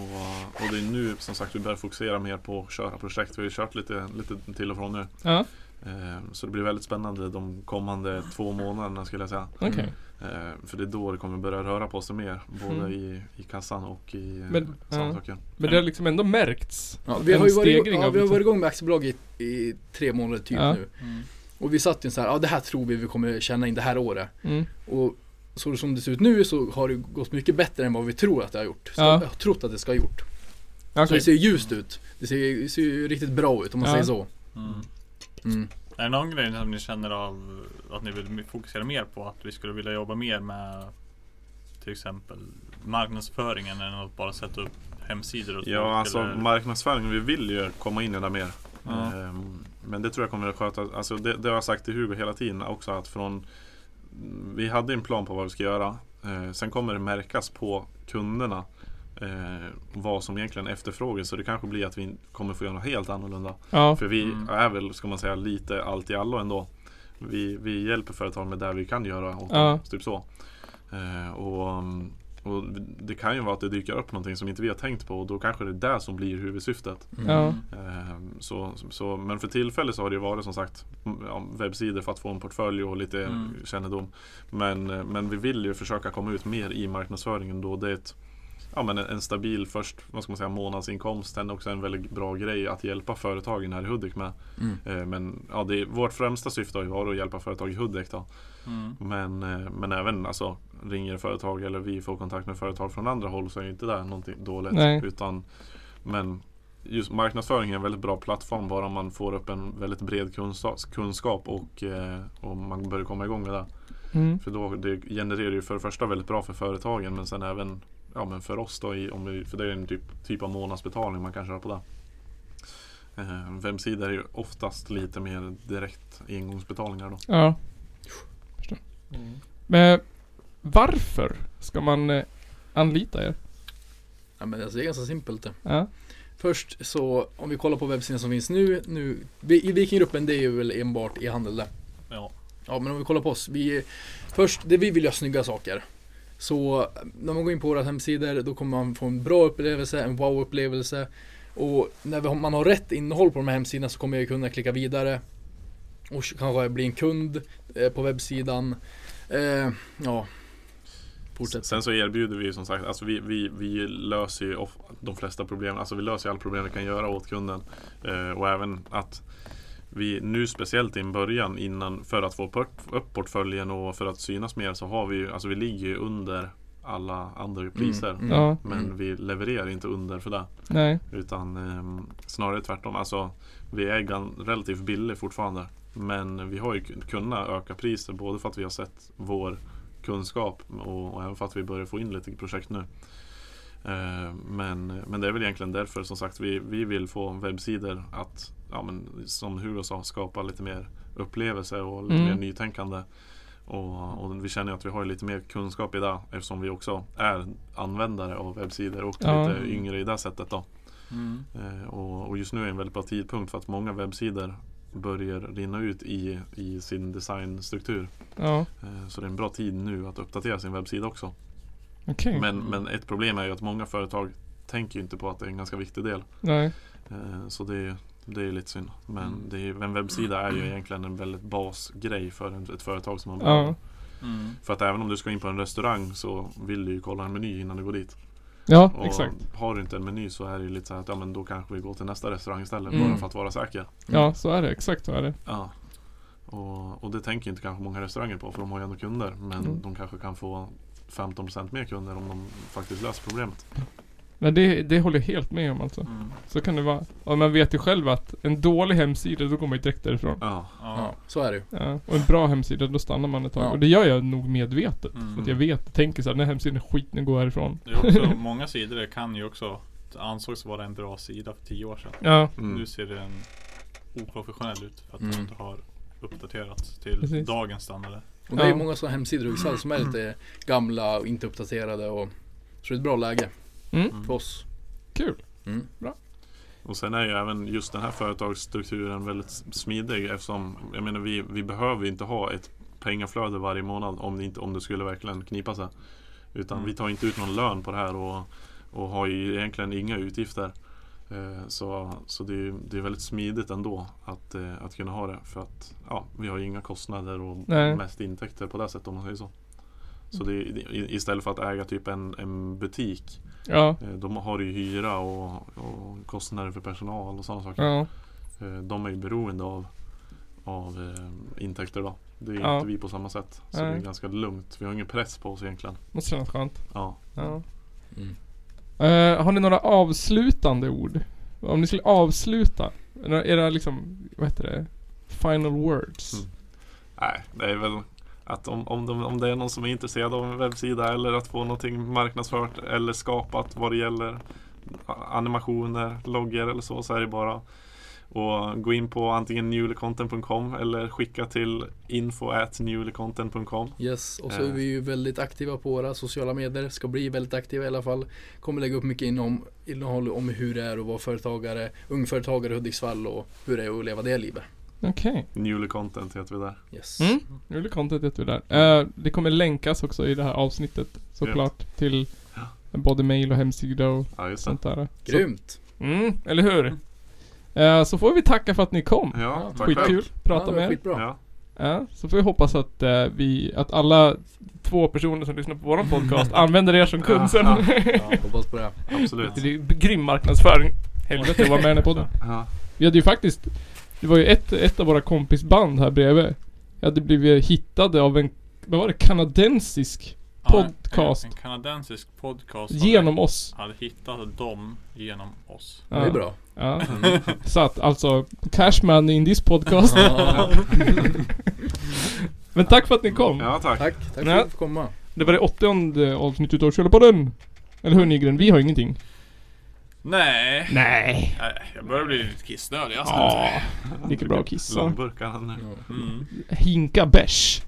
E: och det är nu som sagt vi börjar fokusera mer på att köra projekt. Vi har ju kört lite, lite till och från nu.
C: Ja,
E: Eh, så det blir väldigt spännande de kommande två månaderna skulle jag säga.
C: okej.
D: Mm.
E: Eh, för det är då det kommer börja röra på sig mer. Både
C: Mm.
E: i, i kassan och i eh,
C: Men, ja.
E: samsaken.
C: Men det har liksom ändå märkts.
D: Ja, vi, har
C: en
D: ju varit,
C: stegring
D: ja,
C: av
D: vi har
C: liksom-
D: varit igång med aktiebolag i, i tre månader typ
C: Ja.
D: nu.
F: Mm.
D: Och vi satt ju så här, ja det här tror vi vi kommer känna in det här året.
C: Mm.
D: Och så som det ser ut nu så har det gått mycket bättre än vad vi tror att det har gjort. Så
C: Ja.
D: Jag har trott att det ska ha gjort. Så
C: Okej.
D: det ser ju ljust ut. Det ser, det ser ju riktigt bra ut om man
C: Ja.
D: säger så.
F: Mm.
D: Mm.
F: Är det någon grej som ni känner av att ni vill fokusera mer på? Att vi skulle vilja jobba mer med till exempel marknadsföringen än att bara sätta upp hemsidor och folk,
E: Ja, alltså
F: eller-
E: marknadsföring, vi vill ju komma in i det mer.
F: Ja.
E: Ehm, Men det tror jag kommer att sköta, alltså det, det har jag sagt till Hugo hela tiden också att från mm, Vi hade en plan på vad vi ska göra Eh, Sen kommer det märkas på kunderna eh, Vad som egentligen efterfrågas så det kanske blir att vi kommer få göra något helt annorlunda
C: Ja.
E: För vi
F: Mm.
E: är väl, ska man säga, lite allt i allo ändå Vi, vi hjälper företag med det vi kan göra och
C: Ja.
E: typ så Eh, och, um, och det kan ju vara att det dyker upp någonting som inte vi har tänkt på och då kanske det är det som blir huvudsyftet
D: Mm.
C: Ja.
E: Ehm, Så, så, men för tillfället så har det ju varit som sagt m- ja, webbsidor för att få en portfölj och lite
F: Mm.
E: kännedom. Men, eh, men vi vill ju försöka komma ut mer i marknadsföringen då det är ett, ja, men en- en stabil först, vad ska man säga, månadsinkomst. Sen också en väldigt bra grej att hjälpa företagen här i Hudik med.
D: Mm.
E: Eh, Men ja, det är, vårt främsta syfte har ju varit att hjälpa företag i Hudik då.
F: Mm.
E: Men, eh, men även alltså ringer företag eller vi får kontakt med företag från andra håll så är ju inte det någonting dåligt.
C: Nej.
E: Utan, men just marknadsföring är en väldigt bra plattform bara man får upp en väldigt bred kunskap, kunskap och, eh, och man börjar komma igång med det.
C: Mm.
E: För då det genererar ju för det första väldigt bra för företagen men sen även ja, men för oss då, i, om vi, för det är en typ, typ av månadsbetalning man kan köra på det. Eh, Webbsidor är ju oftast lite mer direkt engångsbetalningar då.
C: Ja. Förstår. Men varför ska man eh, anlita er?
D: Ja, men alltså, det är ganska simpelt det.
C: Ja.
D: Först så, om vi kollar på webbsidan som finns nu, nu vi- i Vikinggruppen det är ju väl enbart e-handel det.
F: Ja.
D: Ja men om vi kollar på oss, vi, först, det vi vill göra snygga saker. Så eh, när man går in på våra hemsidor då kommer man få en bra upplevelse, en wow-upplevelse. Och när vi har- man har rätt innehåll på de här hemsidorna så kommer jag kunna klicka vidare. Och kanske bli en kund eh, på webbsidan. Eh, ja. Fortsätt.
E: Sen så erbjuder vi ju som sagt, alltså vi, vi, vi löser ju of, de flesta problem, alltså vi löser ju alla problem vi kan göra åt kunden. Eh, och även att vi nu speciellt i en början innan, för att få port, upp portföljen och för att synas mer så har vi ju, alltså vi ligger ju under alla andra priser.
D: Mm, mm.
C: Ja.
E: Men
D: Mm.
E: vi levererar inte under för det.
C: Nej.
E: Utan ehm, snarare tvärtom. Alltså, vi är gan- relativt billig fortfarande. Men vi har ju kun- kunnat öka priser både för att vi har sett vår kunskap och, och även för att vi börjar få in lite projekt nu. Eh, men, men det är väl egentligen därför som sagt vi, vi vill få webbsidor att, ja, men, som Hugo sa, skapa lite mer upplevelse och lite
C: Mm.
E: mer nytänkande. Och, och vi känner ju att vi har lite mer kunskap i det eftersom vi också är användare av webbsidor och
C: Ja.
E: lite yngre i det sättet. Då.
F: Mm.
E: Eh, Och, och just nu är en väldigt bra tidpunkt för att många webbsidor börjar rinna ut i, i sin designstruktur.
C: Ja.
E: Eh, Så det är en bra tid nu att uppdatera sin webbsida också.
C: Okej.
E: Men, men ett problem är ju att många företag tänker ju inte på att det är en ganska viktig del.
C: Nej.
E: Eh, Så det, det är lite synd.
F: Mm.
E: Men det är, en webbsida är ju egentligen en väldigt basgrej för en- ett företag som man behöver.
C: Ja.
F: Mm.
E: För att även om du ska in på en restaurang så vill du ju kolla en meny innan du går dit.
C: Ja,
E: Och
C: exakt.
E: har du inte en meny så är det ju lite så här att ja, men då kanske vi går till nästa restaurang istället
D: Mm.
E: bara för att vara säker.
C: Ja, så är det. Exakt så är det.
E: Ja. Och, och det tänker inte kanske många restauranger på för de har ju ändå kunder. Men
C: Mm.
E: de kanske kan få 15% mer kunder om de faktiskt löser problemet.
C: Men det, det håller jag helt med om alltså.
F: Mm.
C: Så kan det vara. Och man vet ju själv att en dålig hemsida, då går man ju direkt därifrån.
E: Ja.
F: Ja.
D: Ja, så är det ju.
C: Ja. Och en bra hemsida, då stannar man ett tag.
D: Ja.
C: Och det gör jag nog medvetet. För
F: Mm.
C: att jag vet, tänker så här, den här hemsidan är skit, nu går jag härifrån.
F: Det är också, många sidor kan ju också det ansågs vara en bra sida för tio år sedan.
C: Ja,
E: Mm.
F: Nu ser den oprofessionell ut för att
D: Mm.
F: den inte har uppdaterats till
C: Precis.
F: dagens standarder.
D: Och det är
C: Ja.
D: ju många sådana hemsidor i Hudiksvall som är lite gamla och inte uppdaterade och så det är ett bra läge
C: Mm.
D: för oss.
C: kul.
D: Mm.
E: Och sen är ju även just den här företagsstrukturen väldigt smidig eftersom jag menar vi, vi behöver ju inte ha ett pengaflöde varje månad om det, inte, om det skulle verkligen knipa sig. Utan
F: Mm.
E: vi tar inte ut någon lön på det här och, och har ju egentligen inga utgifter. Eh, Så, så det, är, ju- det är väldigt smidigt ändå att, eh, att kunna ha det för att ja, vi har ju inga kostnader och
C: Nej.
E: mest intäkter på det sättet om man säger så. Så det, är- i- istället för att äga typ en, en butik
C: Ja.
E: Eh, De har ju hyra och, och kostnader för personal och sådana saker.
C: Ja.
E: Eh, De är ju beroende av, av eh, intäkter då. Det är ju
C: Ja.
E: inte vi på samma sätt. Så det
C: Nej.
E: är ganska lugnt. Vi har ingen press på oss egentligen.
C: Måste kännas skönt.
E: Ja.
C: Ja.
D: Mm.
C: Eh, har ni några avslutande ord? Om ni skulle avsluta? Några- Era liksom, vad heter det? Final words?
E: Mm. Nej, det är väl att om, om, de, om det är någon som är intresserad av en webbsida eller att få någonting marknadsfört eller skapat vad det gäller a- animationer, loggor eller så, så är det bara och gå in på antingen newlycontent.com eller skicka till info at newlycontent.com
D: Yes, och så
E: Eh.
D: är vi ju väldigt aktiva på våra sociala medier, ska bli väldigt aktiva i alla fall. Kommer lägga upp mycket inom, innehåll om hur det är att vara företagare, ungföretagare i Hudiksvall och hur det är att leva det livet.
C: Okej.
E: Newly Content heter vi där.
D: Yes.
C: Mm. Rolig content heter vi där. Eh, det kommer länkas också i det här avsnittet såklart till både mail och hemsida och
E: Ja, just det.
C: sånt där.
D: Grymt!
C: Så, mm, eller hur? Eh, så får vi tacka för att ni kom.
E: Ja, tack själv.
C: Skitkul att prata
D: ja, det var
C: med er.
D: Skitbra.
E: Ja,
C: Ja, så får vi hoppas att eh, vi, att alla två personer som lyssnar på våran podcast använder er som kund sen.
E: Ja,
D: Ja, hoppas på det.
E: absolut.
C: det är ju grym marknadsföring. Helvete att vara med i den här podden.
E: Ja.
C: Vi hade ju faktiskt Det var ju ett, ett av våra kompisband här bredvid Jag hade blivit hittade av en Vad var det? Kanadensisk podcast
F: En, en kanadensisk podcast hade-
C: genom oss.
F: hade hittat dem genom oss.
D: Det är bra.
C: Ja. Så att alltså, cash money in this podcast. Men tack för att ni kom.
E: Ja, tack.
D: Tack, tack för
C: Ja.
D: att du fick komma.
C: Det var det åttionde avsnittet av Källarpodden. Eller hur Nygren? Vi har ingenting.
F: Nej.
C: Nej.
F: Nej, Jag börjar bli lite kissnödig alltså.
C: Ja, lika bra att kissa.
E: Långburkar han nu.
F: Mm.
C: Hinka bärs.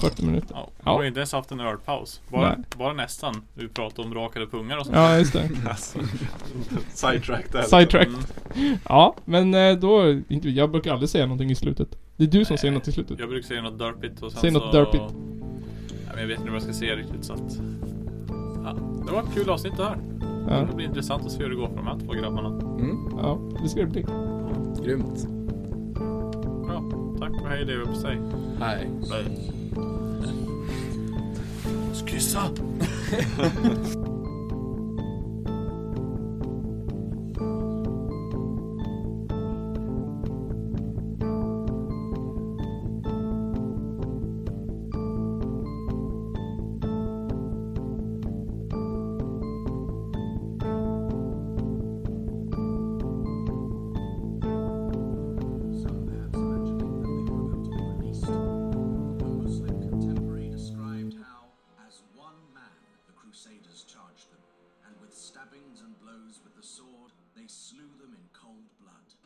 C: 40 minuter.
F: Ja, vi
C: Ja.
F: har inte ens haft en ölpaus. Bara,
C: Nej.
F: bara nästan. Vi pratade om rakade pungar och sånt.
C: Ja, just det.
E: Alltså, sidetrack där.
C: Sidetrack.
F: Mm.
C: Ja, men eh, då... inte- Jag brukar aldrig säga någonting i slutet. Det är du som säger något i slutet.
F: Jag brukar säga något derpigt och sen
C: Säg
F: så...
C: något derpigt.
F: Nej, men jag vet inte vad jag ska säga riktigt så att... Ja, det var ett kul avsnitt det här.
C: Ja,
F: Det blir intressant att se hur det går för de här två grabbarna.
D: Mm,
C: ja det ska det bli.
D: grymt.
F: Bra. Tack och hej leverpastej.
D: Hej.
F: Kyssa!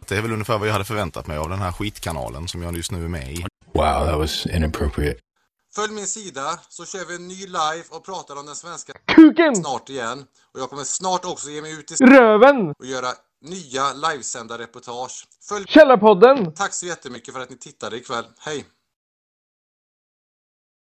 G: Det är väl ungefär vad jag hade förväntat mig av den här skitkanalen som jag just nu är med i.
H: Wow, that was inappropriate.
I: Följ min sida så kör vi en ny live och pratar om den svenska
C: Kuken!
I: snart igen. Och jag kommer snart också ge mig ut i
C: Röven!
I: och göra nya livesända reportage. Följ...
C: Källarpodden!
I: Tack så jättemycket för att ni tittade ikväll. Hej!